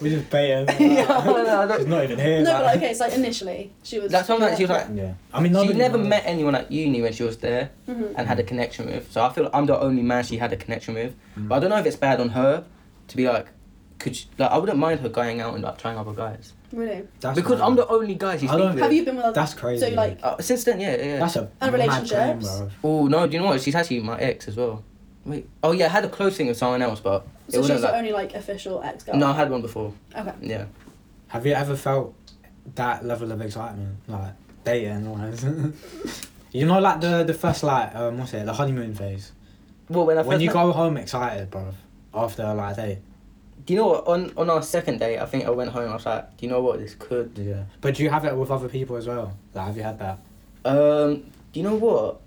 we just baited. Yeah, no, no, I don't- She's not even here. No, but like, like- okay, so like initially she was. That's something that she was like. Yeah, I mean, She nobody never knows. met anyone at uni when she was there Mhm. and had a connection with. So I feel like I'm the only man she had a connection with. Mm. But I don't know if it's bad on her to be like, could she, like I wouldn't mind her going out and like trying other guys Really. That's because mad. I'm the only guy she's I don't- been with. Have you been with other? That's crazy. So like. Uh, since then, yeah, yeah. That's a mad And relationships? claim, bro. oh no, do you know what? She's actually my ex as well. Wait, oh yeah, I had a close thing with someone else, but it So she's wasn't the like. only like official ex girl. No, I had one before. Oh. Okay. Yeah. Have you ever felt that level of excitement, like dating wise? you know, like the the first like um, what's it, the honeymoon phase. Well, when I When first you met- go home excited, bro, after like a date. Do you know what? On on our second day, I think I went home. I was like, do you know what? This could. Yeah. But do you have it with other people as well? Like, have you had that? Um, do you know what?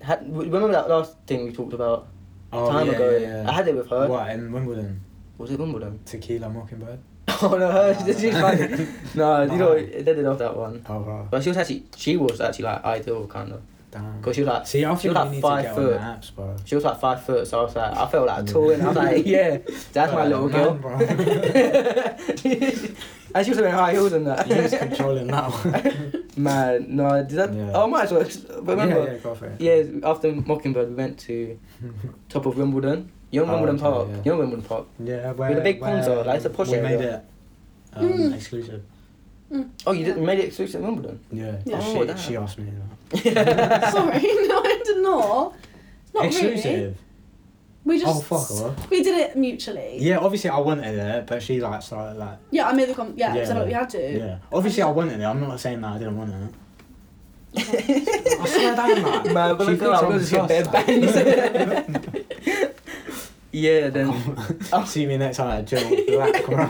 Had, remember that last thing we talked about Oh, time yeah, ago? yeah, yeah. I had it with her. What in Wimbledon? Was it Wimbledon? Tequila Mockingbird. oh no, her. She's funny. No, you know, Nah. it did off that one. Oh, bro. But she was actually, she was actually like ideal kind of, Damn. cause she was like, See, I she was think we like need to five get foot. on the apps, bro. She was like five foot, so I was like, I felt like Yeah. tall, and I was like, yeah, that's my Like, little girl. man, bro. and she was wearing high heels and that. You're just controlling now. Man, no, did that? Yeah. Oh, I might as well. just- but remember, Yeah, yeah, go for it. Yeah, after Mockingbird, we went to top of Wimbledon. You know Oh, Wimbledon okay, Park? yeah. You know Wimbledon Park? Yeah, where, the big where ponds are, like, it's a Hmm. posh we area. made it um, Mm. exclusive. Oh, you didn't made it exclusive at Wimbledon? Yeah. Yeah. Oh, she, damn. she asked me. That. Sorry, no, I did not. Not exclusive. really. We Oh just fuck, I will. we did it mutually. Yeah, obviously I wanted it, but she like started like Yeah, I made the com. Yeah, Yeah, so I felt like we had to. yeah. Obviously I wanted it. I'm not saying that I didn't want it. I swear down that. Man, but She I feel like thinks I'm we'll just get bare sus, like. bangs. yeah, then. I'll see me next time at Jill Black. bro.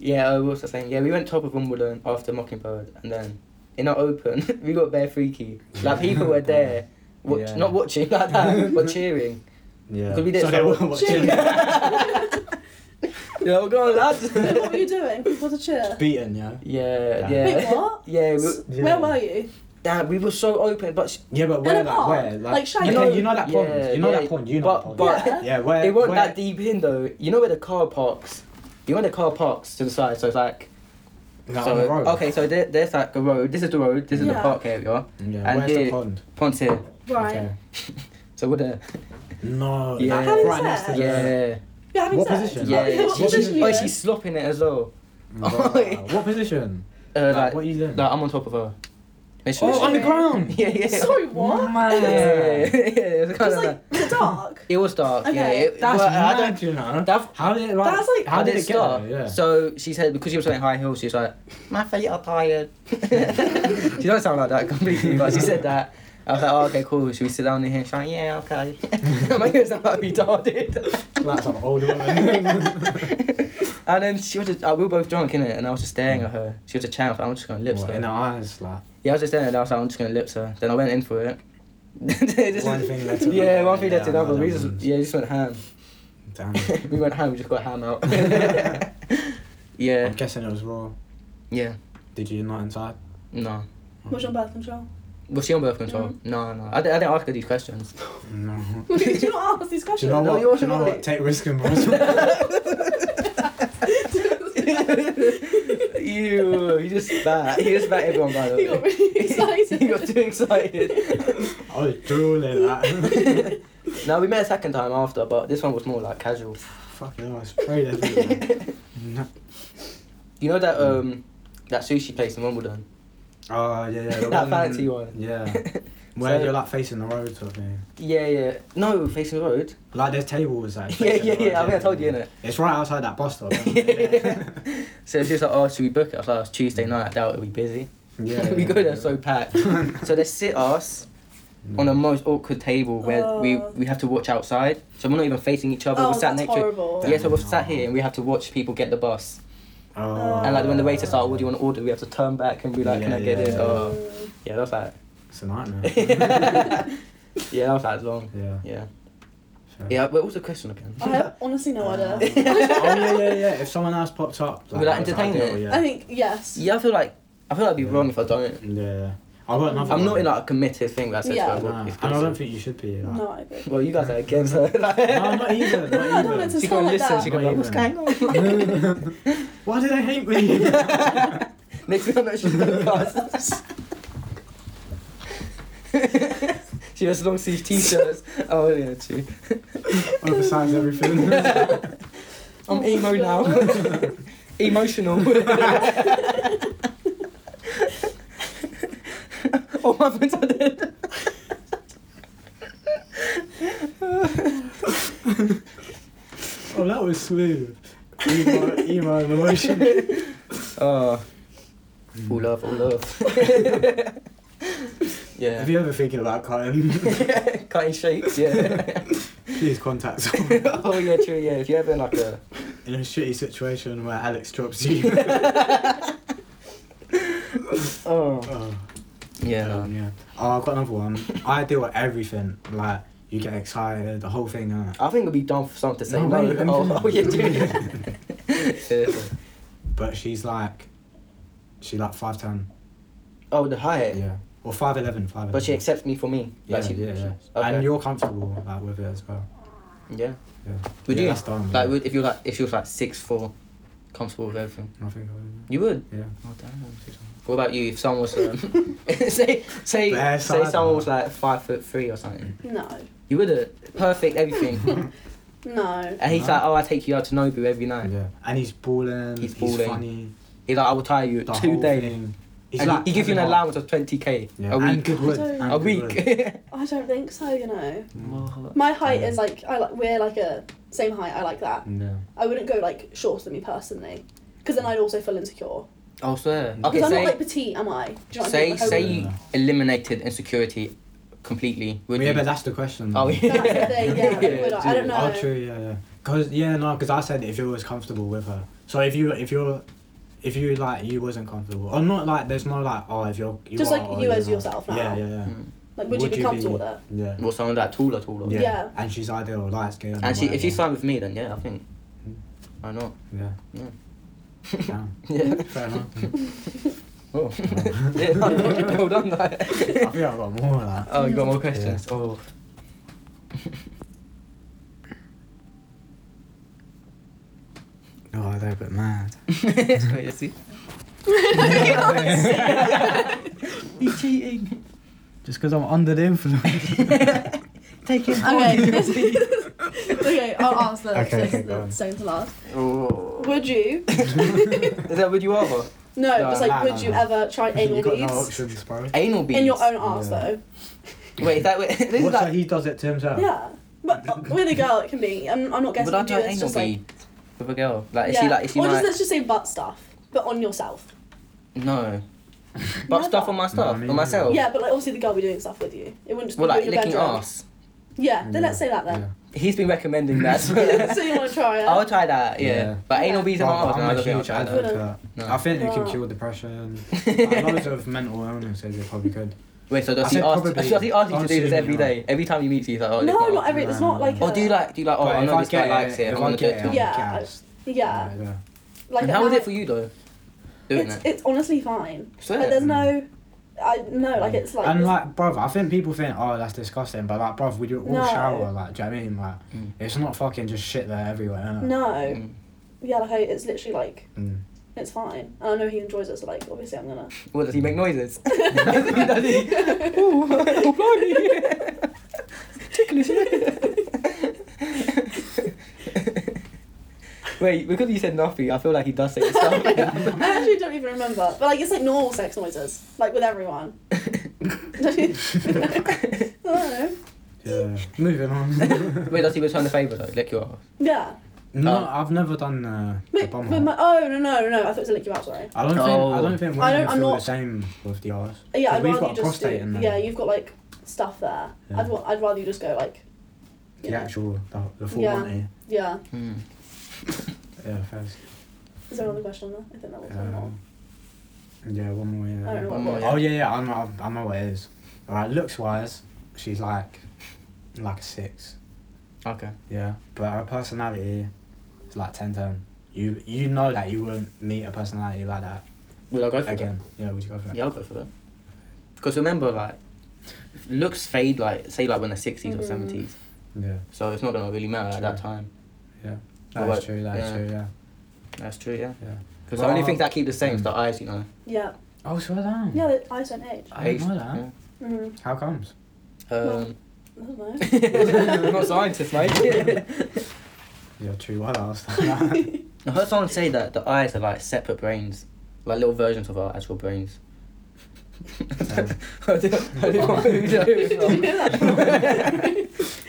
Yeah, I was also saying, yeah, we went top of Wimbledon after Mockingbird, and then in our open, we got bare freaky. Like, people were there, watch, Yeah. not watching like that, but cheering. yeah. Could we do so they were something? watching. Yeah, we're going, lads. what were you doing? What a cheer. Beaten, yeah. yeah, yeah. Wait, what? Yeah, we, S- yeah. Where were you? damn, we were so open, but sh- Yeah, but In where, a like, park? where, like, Like, Shaggy. you know, Yeah, you know that pond, you know yeah. that pond, you know But- that pond. but- Yeah. yeah, where, it wasn't where, that deep in though. You know where the car parks? You know where the car parks to the side, so it's like. like, so, on the road. Okay, so there, there's like a road, this is the road, this is the Yeah. park area, Yeah, and where's here- the pond? pond's here. Right. Okay. So we're there. No, Yeah. like, How is right next that? to the. Yeah. You're having What sex? position? Yeah, Like, what she- she- position you oh, in? she's slopping it as well. Bruh, what position? Uh, Like, like, what are you doing? like, I'm on top of her. oh, on the Literally. ground. yeah, yeah. Sorry, what? Yeah, Man. yeah, yeah, yeah, it was kind of like, Just like is it dark. it was dark. Yeah, Okay, it, That's but I mad, don't. you know. That, How did it like? That's like- how, did it get start? there? Yeah. So she said because she was wearing high heels, she was like, "My feet are tired." she doesn't sound like that completely, but she said that. I was like, oh, okay, cool. Should we sit down in here? She's like, yeah, okay. My ears are like retarded. like some old woman. And then she was just, uh, we were both drunk, innit? And I was just staring at her. She was a champ. I'm just going to lips What, her. in her eyes, like. Yeah, I was just staring at her. I was like, I'm just going to lips her. Then I went in for it. This One is- thing led to another. Yeah, one thing led to Yeah, I another. We know. just, yeah, just went ham. Damn. we went ham, we just got ham out. I'm yeah, guessing it was raw. yeah, Did you not inside? no. Was you on birth control? Was she on birth control? No, no. I, di- I didn't ask her these questions. No. Did you not ask these Do you questions? know No, what? you Do also you know know it. what? Take risk and responsibility. you, you just bat. You just bat everyone, by the way. He got really excited. he got too excited. I was drooling. Like. no, we met a second time after, but this one was more like casual. Fucking hell, I sprayed everywhere. No. You know that um that sushi place in Wimbledon? Oh, yeah, yeah. the That fancy one. Yeah. Where So- you're like facing the road sort of thing. Yeah, yeah. No, facing the road. Like there's tables like. yeah, facing yeah, the road, yeah. I think I told you, innit? It's right outside that bus stop. isn't it? Yeah. so she was like, oh, should we book it? I was like, it's Tuesday night, I doubt it'll be busy. Yeah. we yeah, go there yeah. so packed. so they sit us Mm. on the most awkward table where we, Oh. we have to watch outside. So we're not even facing each other. Oh, we're sat that's next horrible. to Yeah, so we're sat here and we have to watch people get the bus. Oh. And like when the waiter's like, what do you want to order? We have to turn back and be like, can Yeah, I get yeah, it? yeah. Oh, yeah, that's like. It's a nightmare. yeah, that was like long. yeah. Yeah. Fair. Yeah, what was the question again? I have honestly no idea. oh yeah, yeah, yeah. If someone else popped up, Would that that's entertain ideal, it? Yeah. I think yes. Yeah, I feel like I feel I'd be wrong if I don't. yeah. I've got another. I'm one. not in like a committed thing that says Yeah. yeah. Nah, and I don't think you should be. Like. No, I agree. Well, you guys are against her. like, no, I'm not either. No, Not I don't want either. to she sound gonna like listen. that. She gonna be like, what's going on? Why do they hate me? Next thing I know, she's going past. she has long sleeve t-shirts. Oh yeah, she. Oversize everything. I'm emo now. Emotional. oh my friends are dead. Oh, that was smooth. Emo, emo and emotion. Oh. All love, all love. yeah. If you're ever thinking about cutting, Cutting shapes, yeah. please contact someone oh yeah, true, yeah. If you're ever in like a in a shitty situation where Alex drops you. Oh oh, Yeah. no. um, yeah. Oh, I've got another one. I deal with everything. Like, you get excited, the whole thing. Uh, I think it'd be dumb for someone to say No, no. wait, let me oh, finish. oh yeah, dude. Seriously. but she's like, she like 5'10. Oh the height. Yeah. Or 5'11, 5'11. But she accepts me for me. yeah, she, yeah, yeah. Okay. And you're comfortable like, with it as well. Yeah. Yeah. Would yeah, you? That's dumb. Like yeah. would, if you were like if she was like six four, comfortable with everything. I think I would. You would. Yeah. Oh damn. What about you? If someone was um, say say Bare say side, someone man. was like five foot three or something, No, you would have perfect everything. no. and he's No. like, oh, I take you out to Nobu every night. Yeah. And he's balling. He's He's, balling. funny. He's like, I will tire you The two whole days. thing. He's and like he gives you an Kevin Hart. allowance of 20k Yeah. a And week. good wood. I don't- and a good wood. week. I don't think so. You know, Well, my height Yeah. is like I like we're like a same height. I like that. Yeah. I wouldn't go like shorter than me personally, because then I'd also feel insecure. Oh, sir. Because Because Okay, I'm say, not like petite, am I? Do you know what I say, mean? Like, I say wouldn't- you eliminated insecurity completely. Would yeah, you? but that's the question. Oh, yeah. That's the thing, yeah, like, would I- I don't know. Oh, true. Yeah, yeah. Cause yeah, no, cause I said if you was comfortable with her. So if you if you're if you like you wasn't comfortable or not like there's no like oh if you're you Just are, like or you as not. yourself now. Yeah, yeah, yeah. Mm. like, would, you be comfortable with it? Yeah. Well, someone that taller, taller. yeah. Yeah. And she's ideal, light skin. And she, if she's whatever. fine with me, then yeah, I think. I know. Yeah. Yeah. Yeah. Yeah. Fair enough. Oh. yeah, hold on. I think I've got more of that. Oh, you got more questions. Oh. Oh, they're a bit mad. Wait, you see? He's cheating. Just because I'm under the influence. Take him Okay. okay, I'll answer that. Okay, Okay, okay, go on. second to last. Oh. Would you? Is that what you are for? No, No, it's like, no, would no, you no. ever try anal you got no beads? options, bro. Anal beads. in your own arse, Yeah. Oh. though. Wait, is that what, this is What, so like. he does it to himself? Yeah. But uh, with a girl, it can be. I'm, I'm not guessing Would I you do try it. It's anal just like. bead with a girl? Like, is yeah. she like, is she or like? just let's just say butt stuff, but on yourself. No. But Never. stuff on my stuff, me on neither. myself. Yeah, but like obviously the girl will be doing stuff with you. It wouldn't just Well, be like in your licking bedroom. ass. Yeah, then Yeah. let's say that Yeah. then. He's been recommending that. so you want to try it? I'll try that, yeah. Yeah. But Yeah. anal beads on my Well, arse, no, I I'm a don't think I'll huge try advocate. that. advocate. No. I think it can Wow. cure depression. like, loads of mental illnesses it probably could. Wait, so I does he said ask? probably. Does he ask you I'm to do this assuming every you are. day? Every time you meet, you, he's like, oh, no, look, not every. It's not like. Or a- do you like? Do you like? Oh, But I if know this guy get likes it. I if want to do it. get I'll too. Yeah, get it. Yeah. yeah. Like and how was that- it for you though? Doing It's it. it's honestly fine. So, Like, there's no, I no, like it's like. and it's- like, bruv, I think people think, oh, that's disgusting, but like, bruv, we do all No. shower, like, do you know what I mean? Like, Mm. it's not fucking just shit there everywhere, innit? no, Mm. yeah, like I, it's literally like Mm. it's fine, and I know he enjoys it. So like, obviously, I'm gonna. What does he make noises? does he? Ooh, oh, blimey. Ticklish. Wait, because you said nothing, I feel like he does say this stuff. I actually don't even remember, but like it's like normal sex noises, like with everyone. I don't know. Yeah. Moving on. Wait, does he return the favour though? Lick your ass. Yeah. no, Oh. I've never done uh, the Wait, bum with hole. my, oh no no no no! I thought it was a lick you out. Sorry. I don't think I Oh. don't think women I don't- feel I'm the not- same with the arse. Yeah, 'Cause I'd we've rather got you just prostate do. in there. Yeah, you've got like stuff there. Yeah. I'd wa- I'd rather you just go like. The Yeah. actual the, the full Yeah. Monty. Yeah. Hmm. Yeah, first. Is there another question there? I think that was one more. Um, yeah, one more. Yeah. I don't know One what. more, more. Oh yeah, yeah. I know. I know what it is. All right, looks wise, she's like, like a six. Okay. Yeah, but her personality is like ten ten. You you know that you wouldn't meet a personality like that Will I go for that? again. Yeah, would you go for it? Yeah, I'll go for that. Because remember, like, looks fade, like, say, like, when they're 60s or Mhm. 70s. Yeah, So it's not going to really matter at that True. time. yeah. Well, That is like, true. That is yeah. true. Yeah, That's true, yeah. yeah. Because Well, the only uh, things that keep the same is mm. the eyes, you know. Yeah. Oh, so down. Yeah. The eyes don't age. I didn't know that. yeah. Mm. How comes? Um, I don't know. I'm Um, not a scientist, mate. Yeah, true. What else? yeah, I heard someone say that the eyes are like separate brains, like little versions of our actual brains. Oh. I didn't- I didn't want to do that.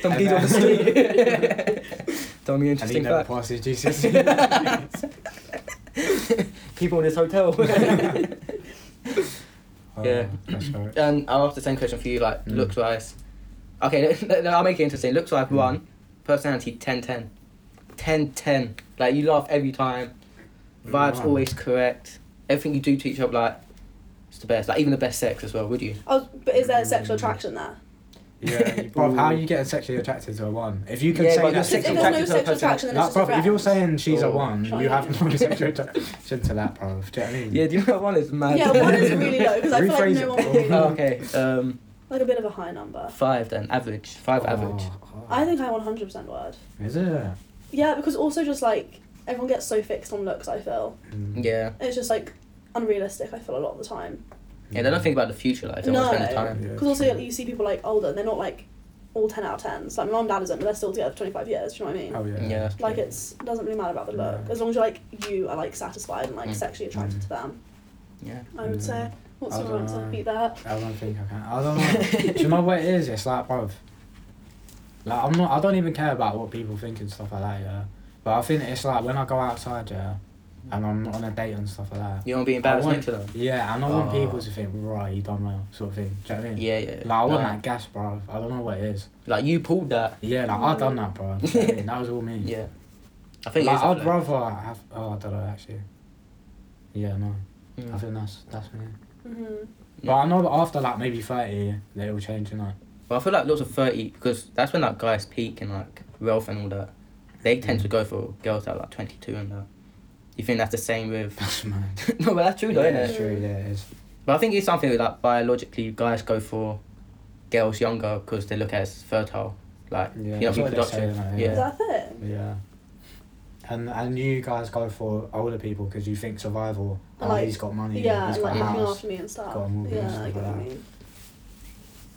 Some geezer on the street. Tell me and he interesting never fact. passes GCSE. People in this hotel. Oh, Yeah. That's right. and I'll ask the same question for you, like Mm. looks wise. Okay, no, no, I'll make it interesting. Looks like one, personality 10 10. 10 10. Like you laugh every time, vibes Wow. always correct. Everything you do to each other, like, it's the best. Like even the best sex as well, would you? Oh, but is there sexual attraction there? Yeah, you- bruv, how are you getting sexually attracted to a one? If you can Yeah, say but that, you're If there's sexually no attracted to a sexual person- attraction, then Nah, it's just bruv, if you're friends. saying she's a Oh. one, you have no sexual attraction to that, bruv. Do you know what I mean? Yeah, do you know one is mad? Yeah, one is really low because I feel like Rephrase no it. one would Oh, really okay, um, like a bit of a high number. five then, average. Five average. Oh, I think I 100% would. Is it? Mm. Yeah, because also just like everyone gets so fixed on looks. I feel Mm. Yeah. it's just like unrealistic. I feel a lot of the time Yeah, they don't think about the future, like, they don't want to spend the No. time. because also you see people like older. and They're not like all ten out of tens. Like my mum and dad isn't, but they're still together for 25 years. Do you know what I mean? Oh yeah. Yeah, that's Like true. it's it doesn't really matter about the look Yeah. as long as you're like you are like satisfied and like Mm. sexually attracted Mm. to them. Yeah. I would say. What's I your don't answer? know. Beat that. I don't think I can. I don't know. Do you know what it is? It's like, bruv. Like, I'm not, I don't even care about what people think and stuff like that, yeah. But I think it's like when I go outside, yeah, and I'm on a date and stuff like that. You want to be I embarrassed want, next to them? yeah, and I want Oh. people to think, right, you don't know, sort of thing. Do you know what I mean? Yeah, yeah. Like, I want No. that gas, bruv. I don't know what it is. Like, you pulled that. Yeah, like, I done that, bruv. Do you know what I mean? That was all me. Yeah. I think like, it's I'd rather have. Oh, I don't know, actually. Yeah, no. I Mm. think that's, that's me. Mm-hmm. But I know that after, like, maybe 30, they will change, you know. But I feel like lots of 30, because that's when like guys peak and like wealth and all that. They tend Mm. to go for girls that are like 22 and that. You think that's the same with. That's mad. no, but that's true, though, yeah, isn't it's it? true, yeah, it is. But I think it's something that like biologically guys go for girls younger because they look as fertile. Like, Yeah, you know, that's be what they say, productive. isn't it? yeah. Is that a thing? Yeah. And and you guys go for older people because you think survival. Oh, Like, he's got money. Yeah, he's and got like a looking house. after me and stuff. Got a movie and Yeah, stuff I get what like you that. mean.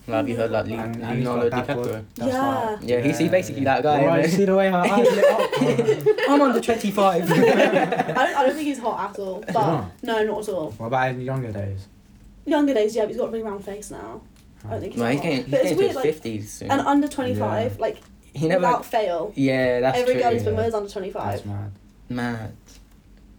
Like, have you heard like Le- And, and he's got Leonardo a bad boy. DiCaprio? That's Yeah. like- Yeah, he's- he's basically that guy, Right, isn't he? see the way her eyes lit up. bruh. I'm under 25. I don't, I don't think he's hot at all. But Yeah. no, not at all. what about in younger days? Younger days, yeah, but he's got a really round face now. I don't think he's Well, he's hot. getting, he's but it's getting to weird, his like, 50s soon. and under twenty five, Yeah. like he never. without fail, yeah, that's every true. girl he's been yeah. with is under twenty That's five. mad. Mad.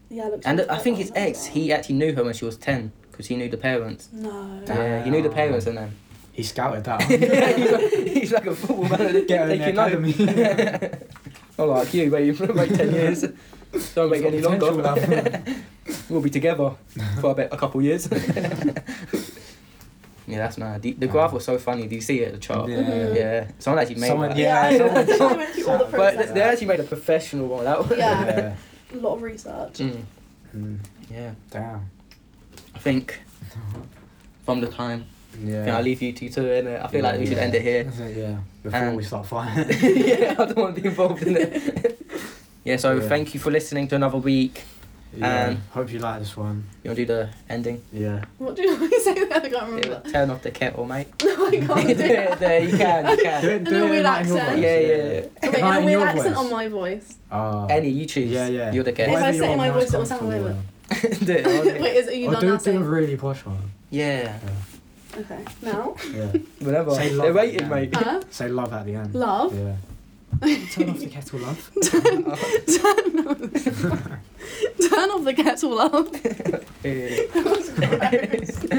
Yeah, looks And really I think good his on ex, that. he actually knew her when she was 10 because he knew the parents. No. Damn. Yeah, he knew the parents and then. He scouted that. he's, like, he's like a football manager. Get her in the taking notes. academy. Not like you, where you wait 10 years. Don't wait He's got any longer. potential, love. We'll be together for about a couple years. yeah, that's mad. The, the graph was so funny. Do you see it, the chart? Yeah. Mhm. Yeah. Someone actually made Someone- that. Yeah, I someone- know. I went through all the someone- But process. they, they actually made a professional one, that one. Yeah. yeah. A lot of research. Mm, Mm, yeah. damn. I think from the time. I think Yeah. I'll leave you two to it. innit? I feel like we should Yeah. end it here. That's it, Yeah. Before And- we start fighting. yeah, I don't want to be involved in it. yeah, so Yeah. thank you for listening to another week. yeah. Um, Hope you like this one. You want to do the ending? Yeah. What do you always say there? I can't Yeah, remember. turn off the kettle, mate. No, I can't do there, that. there, you can, you Do can. it, And do then it we'll in, like, in your accent. voice, Yeah, yeah, yeah. Okay, Not and a in weird your accent voice. on my voice. Oh. Any, you choose. Yeah, yeah. You're the If I guest. say Whatever your my voice, most it will sound comfortable weird. Do it, okay. Wait, is it you Or done do, that do a thing? really posh one. Yeah, Okay. Now? Yeah. whatever. Say love They're waiting, again. mate. Huh? Say love at the end. Love? Yeah. Turn off the kettle, love. Turn off the kettle, love. Yeah.